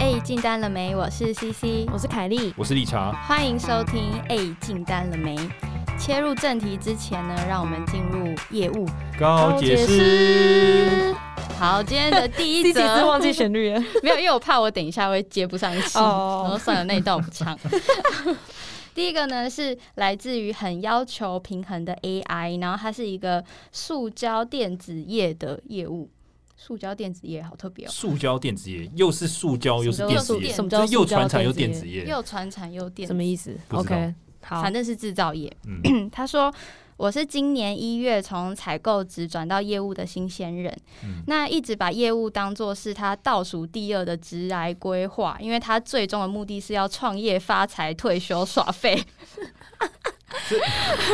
哎进单了没？我是 CC，我是凯莉，我是理查。欢迎收听 A 进单了没？切入正题之前呢，让我们进入业务高解释，好，今天的第 第一几次则忘记旋律 了？ 没有，因为我怕我等一下会接不上戏，哦然后算了，那一段我不唱。 第一个呢是来自于很要求平衡的 AI，然后它是一个塑胶电子业的业务，塑胶电子业好特别哦，塑胶电子业又是塑胶又是电子业，什什么么这叫又传产又电子业？业，又传产又电什子，么意思不知道？OK，好反，正是制造业。嗯，他说：“我是今年一月从采购职转到业务的新鲜人，嗯那一直把业务当做是他倒数第二的职来规划，因为他最终的目的是要创业、发财、退休、耍废。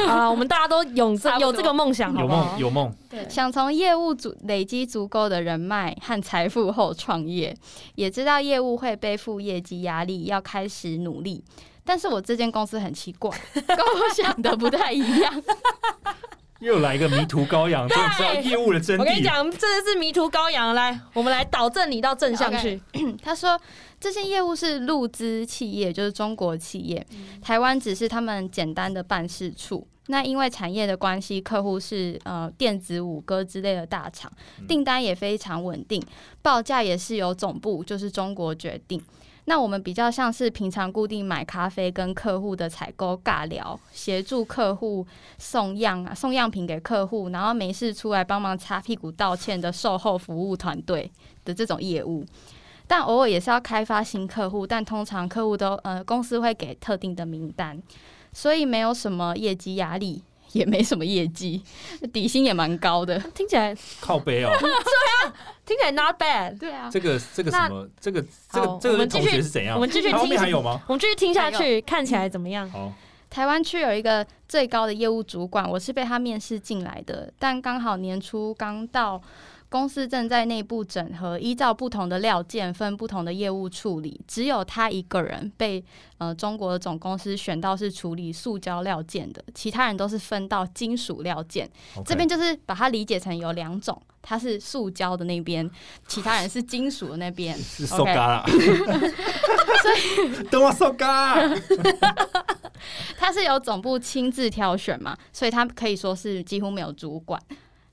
好了，我们大家都有这差不多有这个梦想，好有不好梦？有梦，想从业务足累积足够的人脉和财富后创业，也知道业务会背负业绩压力，要开始努力。”但是我这间公司很奇怪，跟我想的不太一样。又来一个迷途羔羊，终于知道业务的真我跟你谛。讲，这是迷途羔羊，来，我们来导正你到正向去。他说，这些业务是入资企业，就是中国企业，台湾只是他们简单的办事处。那因为产业的关系，客户是呃电子、五哥之类的大厂，嗯订单也非常稳定，报价也是由总部就是中国决定。那我们比较像是平常固定买咖啡跟客户的采购尬聊，协助客户送样啊送样品给客户，然后没事出来帮忙擦屁股道歉的售后服务团队的这种业务。但偶尔也是要开发新客户，但通常客户都呃公司会给特定的名单，所以没有什么业绩压力， 也没什么业绩，底薪也蛮高的。嗯听起来靠背哦，听起来 not bad，对啊，这个这个什么，这个这好个这我个们继同续学是怎样我？们继续他后面还听，有吗？我们继续听下去，看起来怎么样？好，台湾区有一个最高的业务主管，我是被他面试进来的，但刚好年初刚到，公司正在内部整合，依照不同的料件分不同的业务处理，只有他一个人被呃中国的总公司选到是处理塑胶料件的，其他人都是分到金属料件。这边就是把它理解成有两种，它是塑胶的那边，其他人是金属的那边。是 OK 瘦嘎啦， 等我瘦嘎。他是由总部亲自挑选嘛，所以他可以说是几乎没有主管。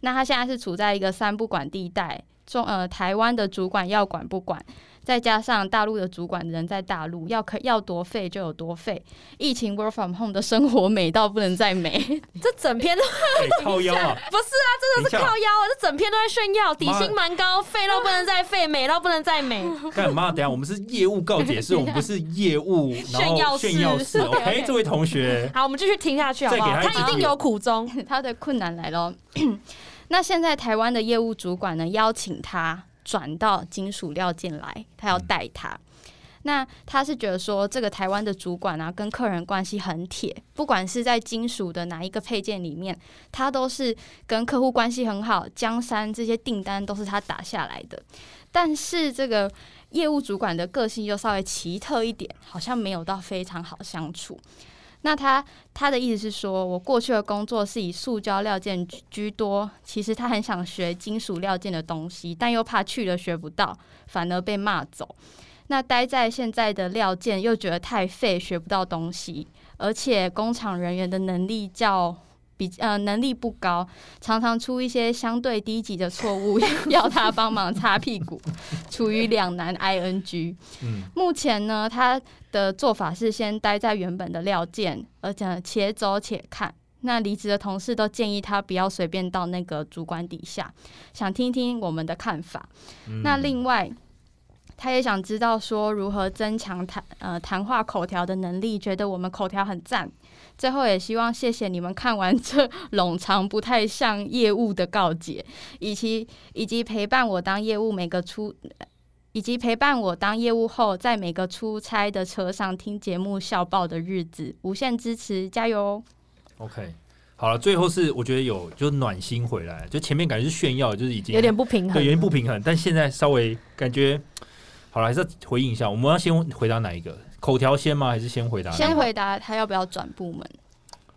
那他现在是处在一个三不管地带，中呃台湾的主管要管不管，再加上大陆的主管人在大陆，要可要多废就有多废。疫情 work from home 的生活美到不能再美，这整篇都 哎，靠腰啊，不是啊，真的是等一下靠腰啊，这整篇都在炫耀，底妈薪蛮高，废到不能再废，美到不能 再美。干嘛？等一下我们是业务告解室，我们不是业务炫然耀后室炫耀室。 OK，OK OK，这位同学，好，我们继续听下去好不好？再给他一他一定集有苦衷， 他的困难来了。 那现在台湾的业务主管呢，邀请他转到金属料件来，他要带他。那他是觉得说，这个台湾的主管啊，跟客人关系很铁，不管是在金属的哪一个配件里面，他都是跟客户关系很好，江山这些订单都是他打下来的。但是这个业务主管的个性又稍微奇特一点，好像没有到非常好相处。那他他的意思是说，我过去的工作是以塑胶料件居居多，其实他很想学金属料件的东西，但又怕去了学不到，反而被骂走。那待在现在的料件又觉得太废，学不到东西，而且工厂人员的能力较比呃能力不高，常常出一些相对低级的错误， 要他帮忙擦屁股，处于两难 ing。嗯，目前呢，他的做法是先待在原本的料件，而且且走且看。那离职的同事都建议他不要随便到那个主管底下，想听听我们的看法。嗯那另外，他也想知道说如何增强谈呃谈话口条的能力，觉得我们口条很赞。最后也希望谢谢你们看完这冗长不太像业务的告解，以及以及陪伴我当业务每个出。以及陪伴我当业务后，在每个出差的车上听节目笑爆的日子，无限支持，加油哦！ OK，好了，最后是我觉得有就暖心回来，就前面感觉是炫耀，就是已经有点不平对有衡。点不平衡，但现在稍微感觉好了，还是要回应一下。我们要先回答哪一个？口条先吗？还是先回答？先。回答他要不要转部门？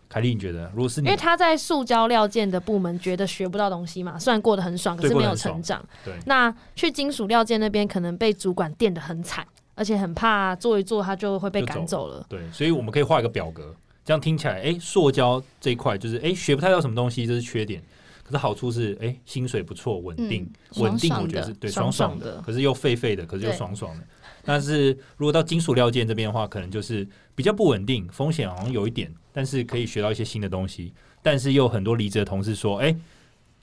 凯莉，你觉得如果是因你为，他在塑胶料件的部门觉得学不到东西嘛，虽然过得很爽，可对是没有过得很成长。对那去金属料件那边可能被主管电得很惨，而且很怕做一做他就会被就赶走走了。对，所以我们可以画一个表格，这样听起来，哎、塑胶这一块就是，哎、学不太到什么东西，这是缺点。可是好处是，哎、薪水不错，稳定，嗯稳、定，爽爽我觉得的是对，爽爽爽爽的可是又废废的，可是又对爽爽的。但是如果到金属料件这边的话，可能就是比较不稳定，风险好像有一点，但是可以学到一些新的东西。但是又很多离职的同事说，哎、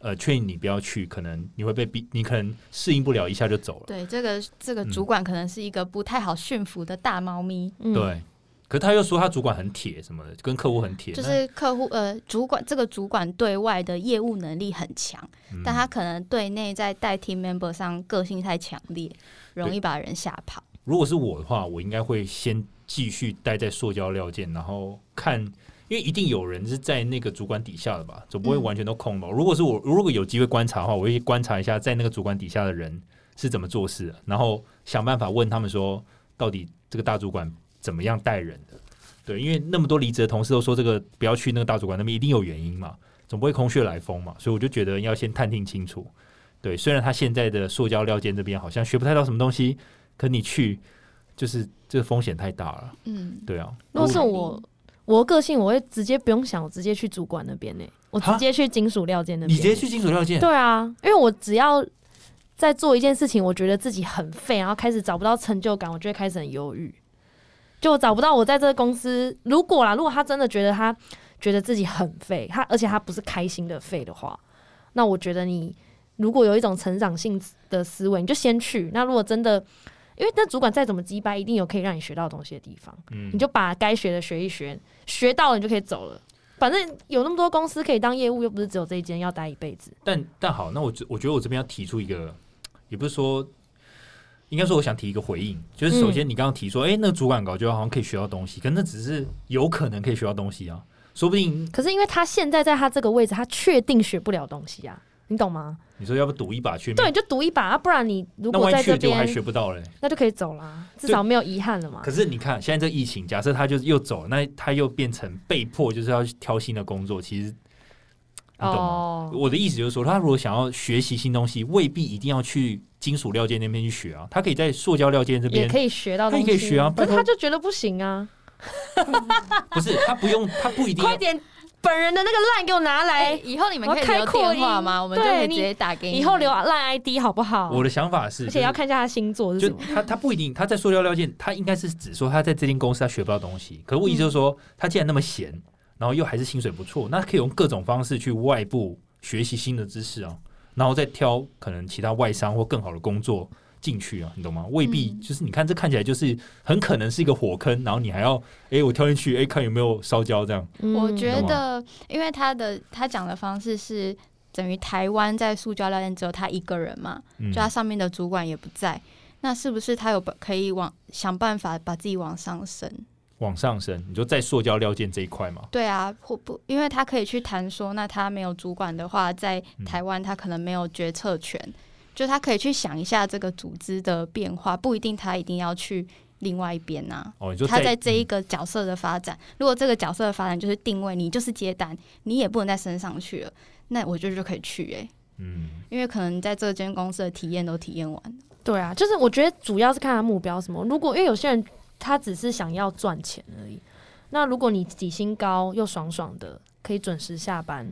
呃，劝你不要去，可能你会被逼，你可能适应不了，一下就走了。对，这个这个嗯主管可能是一个不太好驯服的大猫咪，嗯，对，可是他又说他主管很铁什么的，跟客户很铁，就是客户呃主管这个主管对外的业务能力很强，那嗯但他可能对内在带 team member 上个性太强烈，容易把人吓跑。如果是我的话，我应该会先继续待在塑胶料件，然后看，因为一定有人是在那个主管底下的吧，总不会嗯完全都空吧？如果是我，如果有机会观察的话，我会去观察一下在那个主管底下的人是怎么做事的，然后想办法问他们说，到底这个大主管怎么样带人的？对，因为那么多离职的同事都说这个不要去那个大主管那边，一定有原因嘛，总不会空穴来风嘛，所以我就觉得要先探听清楚。对，虽然他现在的塑胶料件这边好像学不太到什么东西，可你去就是这风险太大了，嗯，对啊。如果是嗯我，我的个性我会直接不用想，我直接去主管那边呢、欸我哈直接去金属料件那你边。欸直接去金属料件，对啊，因为我只要在做一件事情，我觉得自己很废，然后开始找不到成就感，我就会开始很忧郁。就我找不到我在这个公司，如果啦，如果他真的觉得他觉得自己很废，他而且他不是开心的废的话，那我觉得你如果有一种成长性的思维，你就先去。那如果真的，因为那主管再怎么鸡掰，一定有可以让你学到东西的地方。嗯你就把该学的学一学，学到了你就可以走了。反正有那么多公司可以当业务，又不是只有这一间要待一辈子。但但好，那我觉我觉得我这边要提出一个，也不是说，应该说我想提一个回应，就是首先你刚刚提说，嗯哎、那个主管搞就好像可以学到东西，可那只是有可能可以学到东西啊，说不定可是因为他现在在他这个位置，他确定学不了东西啊，你懂吗？你说要不赌一把去，对，你就赌一把，啊、不然你如嗯那果万在一去这了结果还边，啊学不到嘞。那就可以走啦，至少没有遗憾了嘛可。是你看，现在这疫情，假设他就是又走，那他又变成被迫就是要挑新的工作，其实你懂吗？哦，我的意思就是说，他如果想要学习新东西，未必一定要去金属料件那边去学啊，他可以在塑胶料件这也边，可以学到东西，他也可以学啊拜可是托他就觉得不行啊，不是他不用，他不一定要快点，本人的那个烂给我拿哎、来，以后你们我可以开留扩电话音吗？我们就对可以直你接打给你。以后留啊烂 ID 好不好？嗯我的想法是，而就且是要看一下他星座是就什么。他他不一定他在塑料料件，他应该是指说他在这间公司他学不到东西。可我意思就嗯是说，他既然那么闲，然后又还是薪水不错，那可以用各种方式去外部学习新的知识啊，然后再挑可能其他外商或更好的工作进去啊，你懂吗？未必嗯就是你看这看起来就是很可能是一个火坑，然后你还要诶，我跳进去诶，看有没有烧焦这样。嗯我觉懂吗得，因为他的他讲的方式是等于台湾在塑胶料件只有他一个人嘛，嗯就他上面的主管也不在，那是不是他有可以往想办法把自己往上升？往上升，你就在塑胶料件这一块嘛，对啊，或不，因为他可以去谈说，那他没有主管的话，在嗯台湾他可能没有决策权，就他可以去想一下这个组织的变化，不一定他一定要去另外一边呐、哦，你就他在这一嗯个角色的发展，如果这个角色的发展就是定位，你就是接单，你也不能再升上去了，那我觉得就可以去诶、嗯因为可能在这间公司的体验都体验完了，对啊，就是我觉得主要是看他目标什么。如果因为有些人他只是想要赚钱而已，那如果你底薪高又爽爽的，可以准时下班，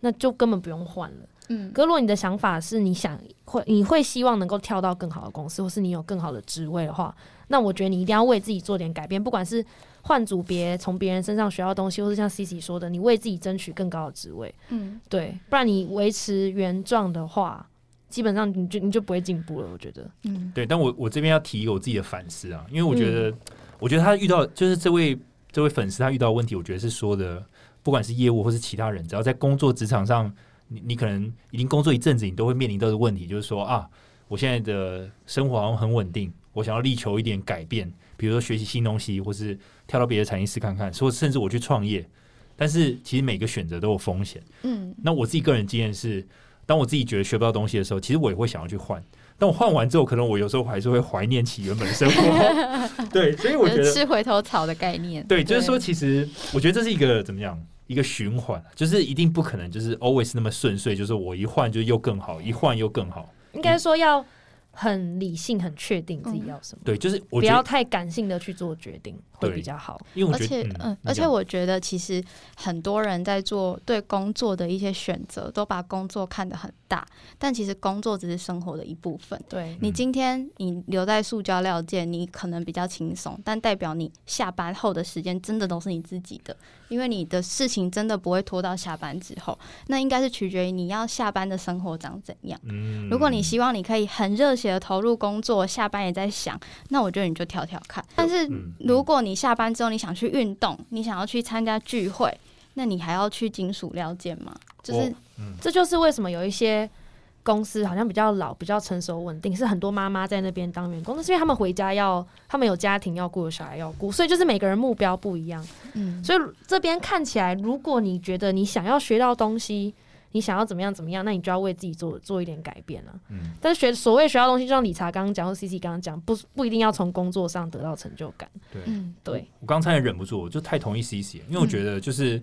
那就根本不用换了。嗯，可如果你的想法是你想会你会希望能够跳到更好的公司，或是你有更好的职位的话，那我觉得你一定要为自己做点改变，不管是换组别，从别人身上学到东西，或是像 C C 说的，你为自己争取更高的职位，嗯，对，不然你维持原状的话，基本上你就你就不会进步了。我觉得，嗯，对，但我我这边要提一个我自己的反思啊，因为我觉得，我觉得他遇到就是这位这位粉丝他遇到的问题，我觉得是说的，不管是业务或是其他人，只要在工作职场上，你你可能已经工作一阵子，你都会面临到的问题，就是说啊，我现在的生活好像很稳定，我想要力求一点改变，比如说学习新东西，或是跳到别的产业试看看，或甚至我去创业，但是其实每个选择都有风险。嗯，那我自己个人经验是，当我自己觉得学不到东西的时候，其实我也会想要去换。但我换完之后，可能我有时候还是会怀念起原本的生活。 对，所以我觉就是得，吃回头草的概念，对，就是说，其实我觉得这是一个怎么讲？一个循环，啊就是一定不可能就是 always 那么顺遂，就是我一换就又更好，一换又更好。应该说要很理性、很确定自己要什么，对，就是不我觉要得，太感性的去做决定，会对比较好。因为我而觉且得，，嗯，你而且讲我觉得，其实很多人在做对工作的一些选择，都把工作看得很大，但其实工作只是生活的一部分。对，你嗯今天你留在塑胶料件，你可能比较轻松，但代表你下班后的时间真的都是你自己的，因为你的事情真的不会拖到下班之后，那应该是取决于你要下班的生活长怎样。嗯，如果你希望你可以很热血的投入工作，下班也在想，那我觉得你就跳跳看。但是嗯如果你下班之后你想去运动，你想要去参加聚会，那你还要去金属料件吗？就是我嗯这就是为什么有一些公司好像比较老、比较成熟稳定，是很多妈妈在那边当员工，那是因为他们回家要，他们有家庭要顾，有小孩要顾，所以就是每个人目标不一样。嗯，所以这边看起来，如果你觉得你想要学到东西，你想要怎么样怎么样，那你就要为自己做做一点改变了、嗯但是学所谓学到东西，就像理查刚刚讲，或 C C 刚刚讲，不不一定要从工作上得到成就感。对，嗯，对，我刚才也忍不住，我就太同意 C C，因为我觉得就是、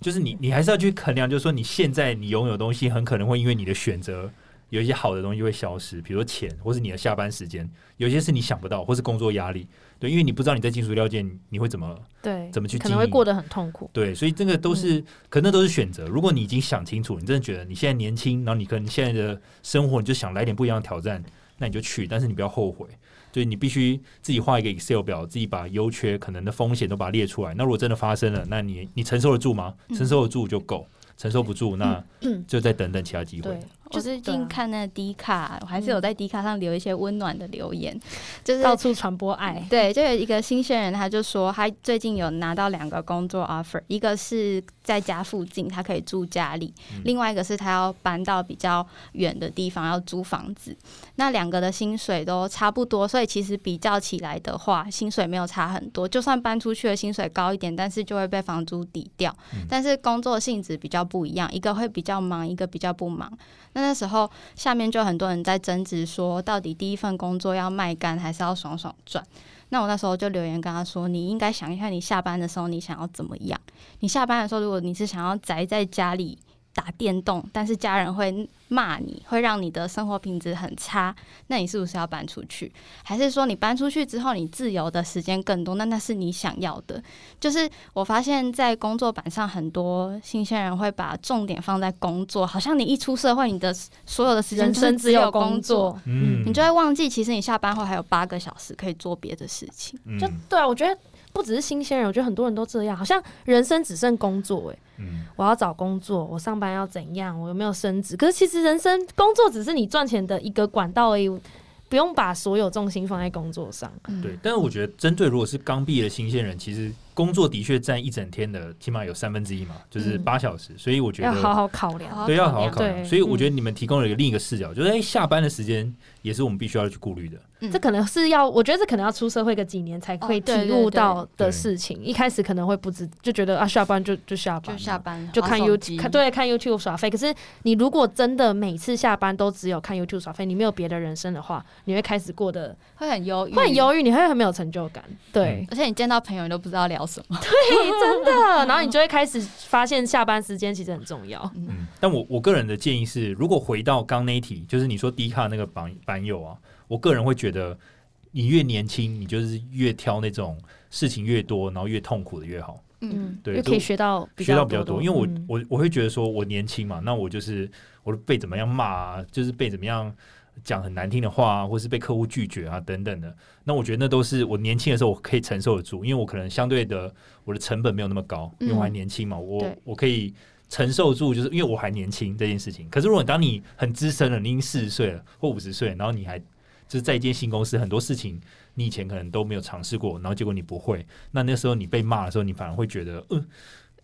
就是你你还是要去衡量，就是说你现在你拥有的东西，很可能会因为你的选择。有一些好的东西会消失，比如说钱，或是你的下班时间，有些是你想不到，或是工作压力，对，因为你不知道你在金属料件你你会怎么对，怎么去可经能营会过得很痛苦。对，所以这个都是，嗯可那都是选择。如果你已经想清楚，你真的觉得你现在年轻，然后你跟你现在的生活，你就想来点不一样的挑战，那你就去，但是你不要后悔。所以你必须自己画一个 Excel 表，自己把优缺可能的风险都把它列出来。那如果真的发生了，那你你承受得住吗？嗯承受得住就够，承受不住那就再等等其他机会嗯哦啊对。，啊我最是近看那个 D 卡，我还是有在 D 卡上留一些温暖的留言，就是到处传播爱。对，就有一个新鲜人，他就说他最近有拿到两个工作 offer，一个是在家附近，他可以住家里；嗯另外一个是他要搬到比较远的地方，要租房子。那两个的薪水都差不多，所以其实比较起来的话，薪水没有差很多。就算搬出去的薪水高一点，但是就会被房租抵掉。嗯但是工作性质比较不一样，一个会比较忙，一个比较不忙。那那时候下面就很多人在争执说，到底第一份工作要卖干还是要爽爽赚？那我那时候就留言跟他说，你应该想一下，你下班的时候你想要怎么样？你下班的时候，如果你是想要宅在家里打电动，但是家人会骂你，会让你的生活品质很差，那你是不是要搬出去？还是说你搬出去之后，你自由的时间更多？那那是你想要的。就是我发现，在工作板上，很多新鲜人会把重点放在工作，好像你一出社会，你的所有的时间人就是生只有工工作，作，嗯，你就会忘记，其实你下班后还有八个小时可以做别的事情。嗯就对啊，我觉得不只是新鲜人，我觉得很多人都这样，好像人生只剩工作、欸，嗯我要找工作，我上班要怎样，我有没有升职？可是其实人生工作只是你赚钱的一个管道而已，不用把所有重心放在工作上。对，但是我觉得针对如果是刚毕业的新鲜人，其实工作的确占一整天的，起码有三分之一嘛，就是嗯八小时。所以我觉得要好好考量。好对，要考好好量考量。对所以我觉得你们提供了一个另一个视角，就是哎，下班的时间也是我们必须要去顾虑的。这可能是要，我觉得这可能要出社会个几年才会哦对对体悟到的事情。一开始可能会不知，就觉得啊，下班就就下班就了，下班就看滑手机 YouTube，看对看 YouTube 耍废。可是你如果真的每次下班都只有看 YouTube 耍废，你没有别的人生的话，你会开始过得会很忧郁，会很，忧郁，你会很没有成就感。对，嗯而且你见到朋友你都不知道聊什么。 对，真的。然后你就会开始发现下班时间其实很重要。嗯，但我我个人的建议是，如果回到刚那一题，就是你说迪卡那个版版友啊，我个人会觉得，你越年轻，你就是越挑那种事情越多，然后越痛苦的越好。嗯，对又可以学到比学较嗯到比较多，因为我、我我会觉得说我年轻嘛，那我就是我被怎么样骂啊，就是被怎么样讲很难听的话啊，或是被客户拒绝啊等等的。那我觉得那都是我年轻的时候我可以承受得住，因为我可能相对的我的成本没有那么高，因为我还年轻嘛，我对我可以。承受住，就是因为我还年轻这件事情。可是，如果当你很资深了，你已经四十岁了或五十岁了，然后你还就是在一间新公司，很多事情你以前可能都没有尝试过，然后结果你不会，那那时候你被骂的时候，你反而会觉得，嗯、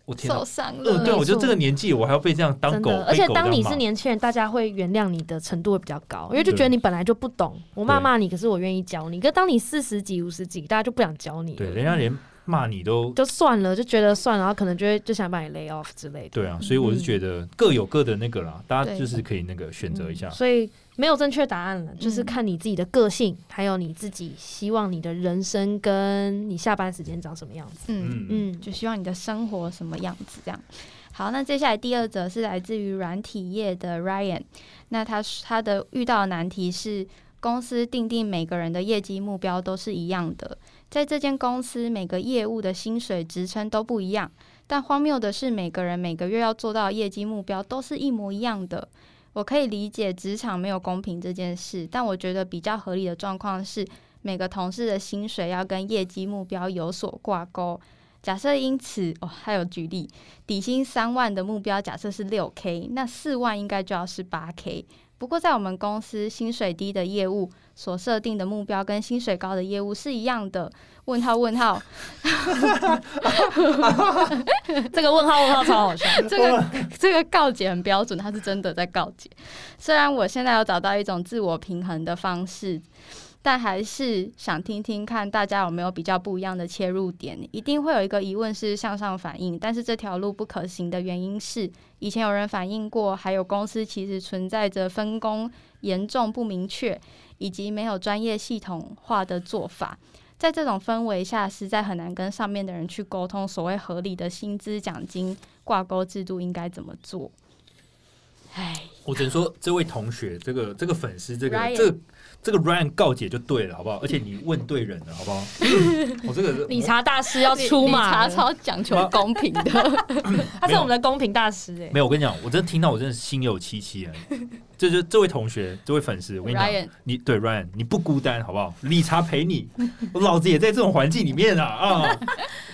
我天哪受，伤嗯、了，对，没我就错这个年纪，我还要被这样当真狗的，，而被且狗当这你样是骂年轻人，大家会原谅你的程度会比较高，因为就对觉得你本来就不懂，我骂骂你，可是我愿意教你。可是当你四十几、五十几，大家就不想教你了，对，人家连骂你都就算了，就觉得算了，然后可能就会就想把你 lay off 之类的。对啊，所以嗯我是觉得各有各的那个啦，大家对就是可以那个选择一下嗯。所以没有正确答案了，就是看你自己的个性，还有你自己希望你的人生跟你下班时间长什么样子。嗯，嗯嗯嗯，就希望你的生活什么样子这样。好，那接下来第二则是来自于软体业的 Ryan，那他他的遇到的难题是公司定定每个人的业绩目标都是一样的，在这间公司每个业务的薪水职称都不一样，但荒谬的是每个人每个月要做到的业绩目标都是一模一样的。我可以理解职场没有公平这件事，但我觉得比较合理的状况是，每个同事的薪水要跟业绩目标有所挂钩。假设因此哦，还有举例，底薪三万的目标假设是六 k，那四万应该就要是八 k。不过在我们公司，薪水低的业务所设定的目标跟薪水高的业务是一样的。问号问号， 这个问号问号超好笑。 这个这个告解很标准，他是真的在告解。虽然我现在有找到一种自我平衡的方式，但还是想听听看大家有没有比较不一样的切入点。一定会有一个疑问是向上反应，但是这条路不可行的原因是，以前有人反映过，还有公司其实存在着分工严重不明确，以及没有专业系统化的做法。在这种氛围下，实在很难跟上面的人去沟通所谓合理的薪资奖金挂钩制度应该怎么做。哎 唉，我只能说，这位同学，这个这个粉丝，这个 Ryan 这个这个 Ryan 告解就对了，好不好？而且你问对人了，好不好？我这个理查大师要出马查了，超讲求公平的，他是我们的公平大师哎、没有，我跟你讲，我真的听到，我真的心有戚戚 啊！这就这位同学，这位粉丝，我跟你 讲 Ryan 你对 Ryan，你不孤单，好不好？理查陪你，我老子也在这种环境里面 啊啊！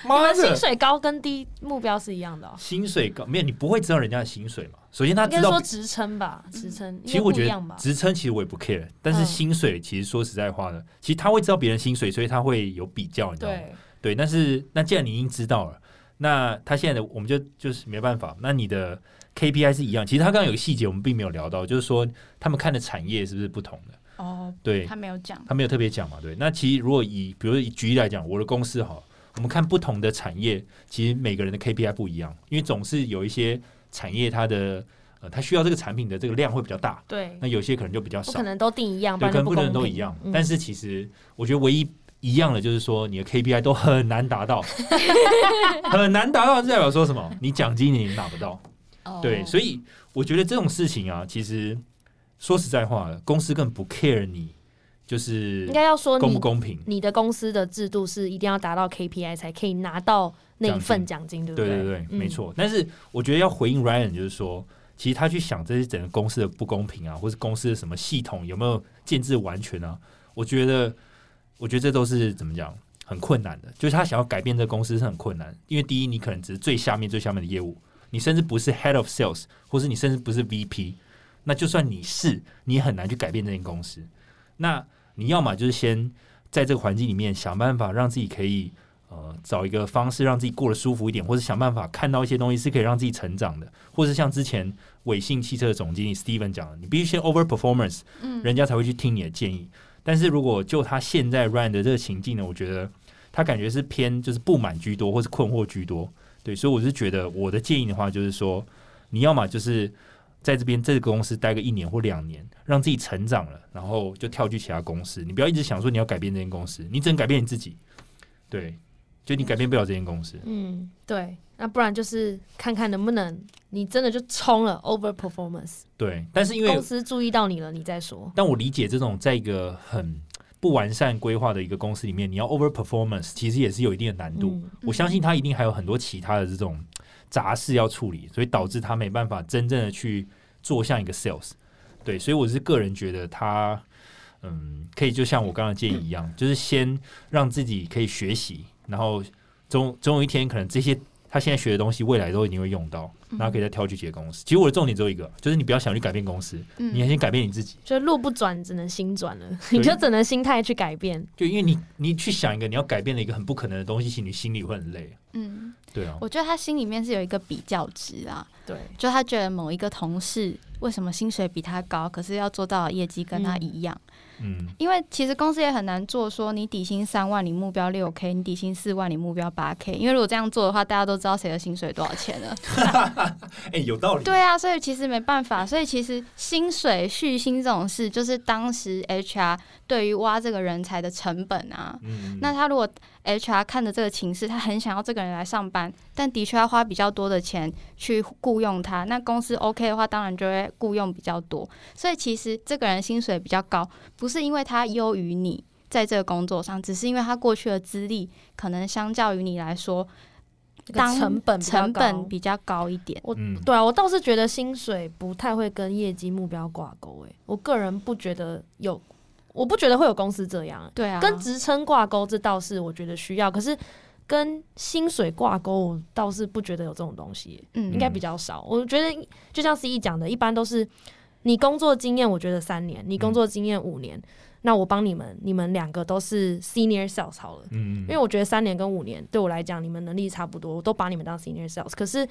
你妈们薪的，水高跟低目标是一样的、哦，薪水高，没有你不会知道人家的薪水嘛？首先他应该知道嗯说，职称吧，职称其实我应该不觉一样得吧。职称其实我也不 care，但是嗯薪水其实说实在话呢，其实他会知道别人薪水，所以他会有比较，你知道吗？对，对，但是那既然你已经知道了，那他现在的我们就就是没办法，那你的 KPI 是一样。其实他刚刚有个细节我们并没有聊到，就是说他们看的产业是不是不同的？哦，对他，没有讲。他没有特别讲嘛，对。那其实如果以比如说以举例来讲，我的公司哈，我们看不同的产业，其实每个人的 KPI 不一样，因为总是有一些产业它的呃，它需要这个产品的这个量会比较大，对，那有些可能就比较不少可。能都定一样，不对，然可就能不公能平。都一样，嗯但是其实我觉得唯一一样的就是说，你的 KPI 都很难达 到，很难达到，这代表说什么？你奖金你拿不到。哦对，所以我觉得这种事情啊，其实说实在话，公司更不 care 你，就是应该要说公哦你不公平。你的公司的制度是一定要达到 KPI 才可以拿到那一份奖金，对不对对对对，嗯没错。但是我觉得要回应 Ryan，就是说，其实他去想这些整个公司的不公平啊，或是公司的什么系统有没有建制完全啊？我觉得，我觉得这都是怎么讲，很困难的。就是他想要改变这个公司是很困难，因为第一，你可能只是最下面最下面的业务，你甚至不是 Head of Sales，或是你甚至不是 VP，那就算你是，你也很难去改变这间公司。那你要么就是先在这个环境里面想办法让自己可以呃找一个方式让自己过得舒服一点，或者想办法看到一些东西是可以让自己成长的，或者像之前伟信汽车的总经理 Steven 讲的，你必须先 over performance，嗯人家才会去听你的建议。但是如果就他现在 run 的这个情境呢，我觉得他感觉是偏就是不满居多，或是困惑居多。对，所以我是觉得我的建议的话，就是说你要么就是在这边这个公司待个一年或两年，让自己成长了，然后就跳去其他公司。你不要一直想说你要改变这间公司，你只能改变你自己。对，就你改变不了这间公司。嗯，对，那不然就是看看能不能你真的就冲了 over performance，对，但是因为公司注意到你了，你再说。但我理解这种在一个很不完善规划的一个公司里面，你要 over performance，其实也是有一定的难度。嗯，我相信他一定还有很多其他的这种杂事要处理，所以导致他没办法真正的去做像一个 sales。对，所以我是个人觉得他，嗯，可以就像我刚刚的建议一样，就是先让自己可以学习，然后总总有一天可能这些他现在学的东西，未来都一定会用到，然后可以再挑去别的公司。其实我的重点只有一个，就是你不要想去改变公司，你要先改变你自己。就路不转，只能心转了，对你就只能心态去改变。就因为你你去想一个你要改变的一个很不可能的东西，其实你心里会很累。嗯，对啊，我觉得他心里面是有一个比较值啊，对，就他觉得某一个同事为什么薪水比他高，可是要做到的业绩跟他一样。嗯，因为其实公司也很难做，说你底薪三万，你目标六 k，你底薪四万，你目标八 k。因为如果这样做的话，大家都知道谁的薪水多少钱了。哎，有道理。对啊，所以其实没办法，所以其实薪水续薪这种事，就是当时 HR 对于挖这个人才的成本啊。嗯，那他如果 HR 看着这个情势，他很想要这个人来上班，但的确要花比较多的钱去雇佣他。那公司 OK 的话，当然就会雇佣比较多。所以其实这个人薪水比较高，不是因为他优于你在这个工作上，只是因为他过去的资历可能相较于你来说，这个当成本比较成高本比较高一点。我、嗯对啊，我倒是觉得薪水不太会跟业绩目标挂钩，诶，我个人不觉得有，我不觉得会有公司这样、欸对啊，跟职称挂钩这倒是我觉得需要，可是跟薪水挂钩，我倒是不觉得有这种东西欸、嗯应该比较少。我觉得就像 C E 讲的，一般都是你工作经验，我觉得三年，你嗯工作经验五年，那我帮你们，你们两个都是 senior sales 好了。嗯，因为我觉得三年跟五年对我来讲，你们能力差不多，我都把你们当 senior sales。可是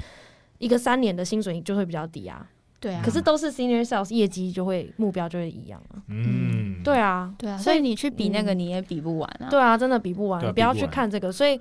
一个三年的薪水就会比较低啊，对啊，可是都是 senior sales，业绩就会目标就会一样啊。嗯，对啊，对啊，所所以以你去比那个嗯你也比不完啊。对啊，真的比不完，对啊你不要比去不完看这个。所以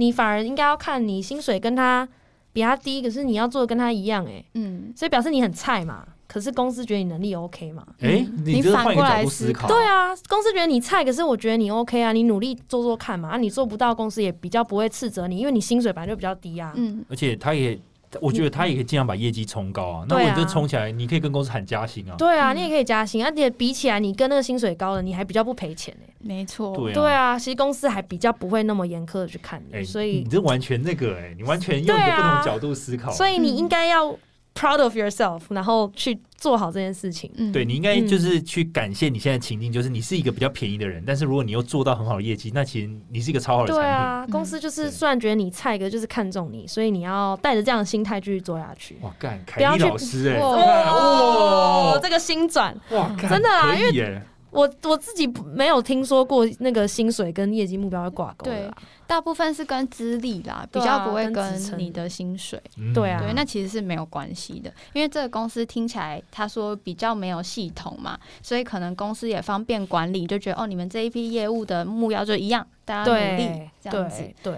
你反而应该要看你薪水跟他比他低，可是你要做的跟他一样、欸，嗯，所以表示你很菜嘛。可是公司觉得你能力 OK 嘛？哎，你这个换一个角度思考，对啊，公司觉得你菜，可是我觉得你 OK 啊，你努力做做看嘛。啊，你做不到，公司也比较不会斥责你，因为你薪水本来就比较低啊。嗯，而且他也，我觉得他也可以尽量把业绩冲高啊。那对我啊这冲起来，你可以跟公司喊加薪啊。对啊，嗯你也可以加薪，而且比起来，你跟那个薪水高的，你还比较不赔钱呢、没错。对对啊，其实公司还比较不会那么严苛的去看你，哎，所你以这完全那个哎，你完全用一对个啊不同角度思考，所以你嗯应该要 proud of yourself，然后去做好这件事情。嗯，对你应该就是去感谢你现在情境，就是你是一个比较便宜的人，但是如果你又做到很好的业绩，那其实你是一个超好的对产啊，嗯公司就是对虽然觉得你菜，可是就是看中你，所以你要带着这样的心态继续做下去品。。哇，干凯不要莉去老师哎，哦哇，这个心转，哇，干真的啊可以耶，我我自己不没有听说过那个薪水跟业绩目标会挂钩的啦。大部分是跟资历啦，比对啊较不会跟职跟称你的薪水。嗯对啊对，那其实是没有关系的，因为这个公司听起来他说比较没有系统嘛，所以可能公司也方便管理，就觉得哦，你们这一批业务的目标就一样，大家努力对这样子对。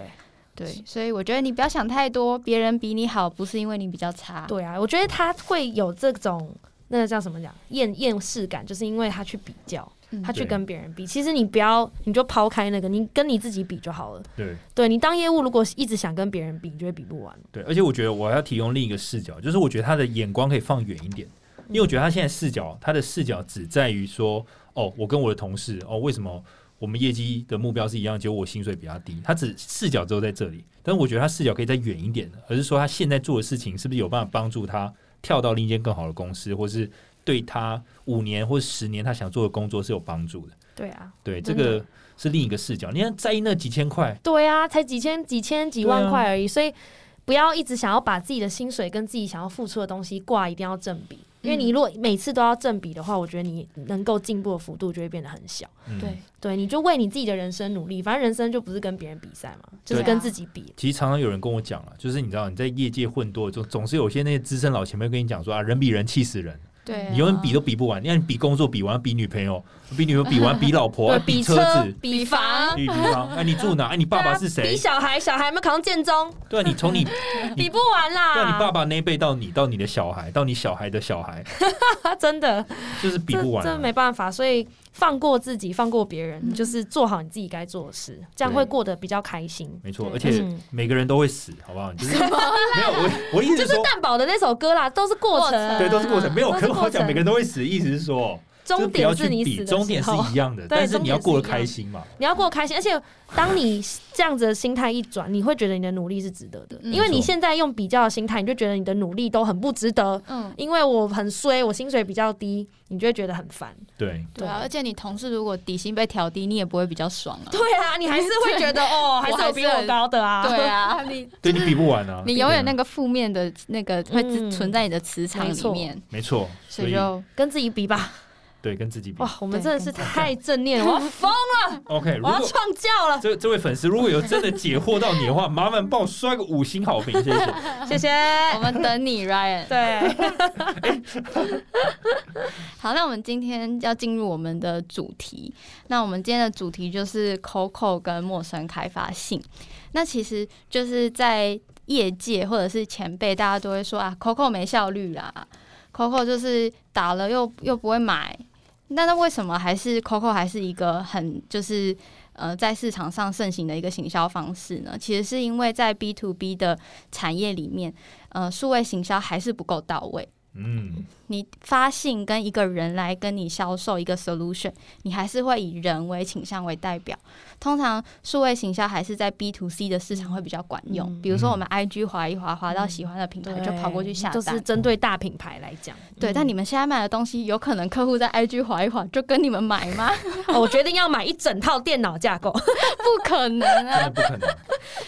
对对，所以我觉得你不要想太多，别人比你好不是因为你比较差。对啊！我觉得他会有这种那个叫什么讲厌厌世感，就是因为他去比较，嗯他去对跟别人比。其实你不要，你就抛开那个，你跟你自己比就好了。对对你当业务，如果一直想跟别人比，你就会比不完。对，而且我觉得我要提供另一个视角，就是我觉得他的眼光可以放远一点，因为我觉得他现在视角，他的视角只在于说，哦，我跟我的同事，哦，为什么我们业绩的目标是一样，结果我薪水比他低，他只视角只有在这里，但是我觉得他视角可以再远一点，而是说他现在做的事情是不是有办法帮助他跳到另一间更好的公司，或是对他五年或十年他想做的工作是有帮助的。对啊，对，这真的个是另一个视角。你看，在意那几千块，对啊，才几千、几千、几对万啊块而已，所以不要一直想要把自己的薪水跟自己想要付出的东西挂一定要正比，因为你嗯如果每次都要正比的话，我觉得你能够进步的幅度就会变得很小。嗯、对，对，你就为你自己的人生努力，反正人生就不是跟别人比赛嘛，就是对啊跟自己比。其实常常有人跟我讲了，啊就是你知道你在业界混多了，总总是有些那些资深老前辈跟你讲说啊，人比人气死人，对啊，你永远比都比不完。你看你比工作比完，比女朋友，比女朋友比完，比老婆，对，啊比车子，比房，比比 方，哎、你住哪？哎、你爸爸是对啊谁比？小孩，小孩有没有考上建中？对啊，你从你比不完啦！对啊，你爸爸那一辈到你到你的小孩，到你小孩的小孩，爸真的就是比不完、这，啊这。没办法，所以放过自己，放过别人，嗯就是做好你自己该做的事，这样对会过得比较开心。没错，对而且嗯每个人都会死，好不好？就是没有我，我的意思 就是是说，蛋堡的那首歌啦，都是过过程程，嗯对，都是过程。没有，都可是是过我讲程每个人都会死，意思是说，就是终不要点去是你死比，的终点时是候一样的，对但是你要终点是一过样得开心嘛。你要过得开心，而且当你这样子的心态一转，你会觉得你的努力是值得的，嗯因为没你错现在用比较的心态，你就觉得你的努力都很不值得，嗯，因为我很衰，我薪水比较低，你就会觉得很烦。对，对啊，而且你同事如果底薪被调低，你也不会比较爽啊。对啊， 你还是会觉得哦，还是有比我高的 啊。对， 啊，你对你比不完啊，你永远那个负面的那个会自嗯存在你的磁场没里错面，没错，所所以以就 跟自己比吧。对跟自己比哇。，我们对真的是太正念了，我要疯， OK，如我要果创教了，这这位粉丝如果有真的解惑到你的话，麻烦帮我刷个五星好评，谢谢。谢谢。我们等 你 Ryan。 对，好，那我们今天要进入我们的主题。那我们今天的主题就是 Coco 跟陌生开发性。那其实就是在业界或者是前辈，大家都会说啊，Coco 没效率啦，Coco 就是打了又又不会买。那那为什么还是 Coco 还是一个很就是呃在市场上盛行的一个行销方式呢？其实是因为在 B to B 的产业里面，呃，数位行销还是不够到位。嗯，你发信跟一个人来跟你销售一个 solution，你还是会以人为倾向为代表。通常数位行销还是在 B to C 的市场会比较管用，嗯比如说我们 IG 划一划，划到喜欢的品牌对就跑过去下单。就是嗯针对大品牌来讲。对，但你们现在卖的东西，有可能客户在 IG 划一 划就跟你们买吗？哦我决定要买一整套电脑架构，不可能真啊 的！不可能。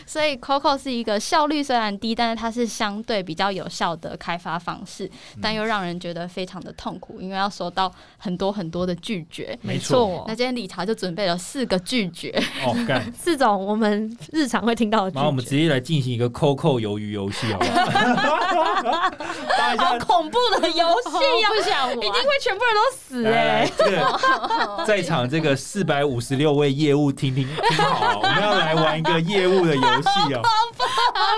所以 Coco 是一个效率虽然低，但是它是相对比较有效的开发方式，嗯但又让人觉得非常的痛苦，因为要收到很多很多的拒绝。没错，那今天理查就准备了四个拒绝，哦，干，四种我们日常会听到的然后我拒们绝，直接来进行一个扣扣鱿鱼游戏，好不好？大好家恐怖的游 戏啊！不想一定会全部人都死来哎、来，这个在场这个四百五十六位业务，听听听好、哦，我们要来玩一个业务的游戏哦。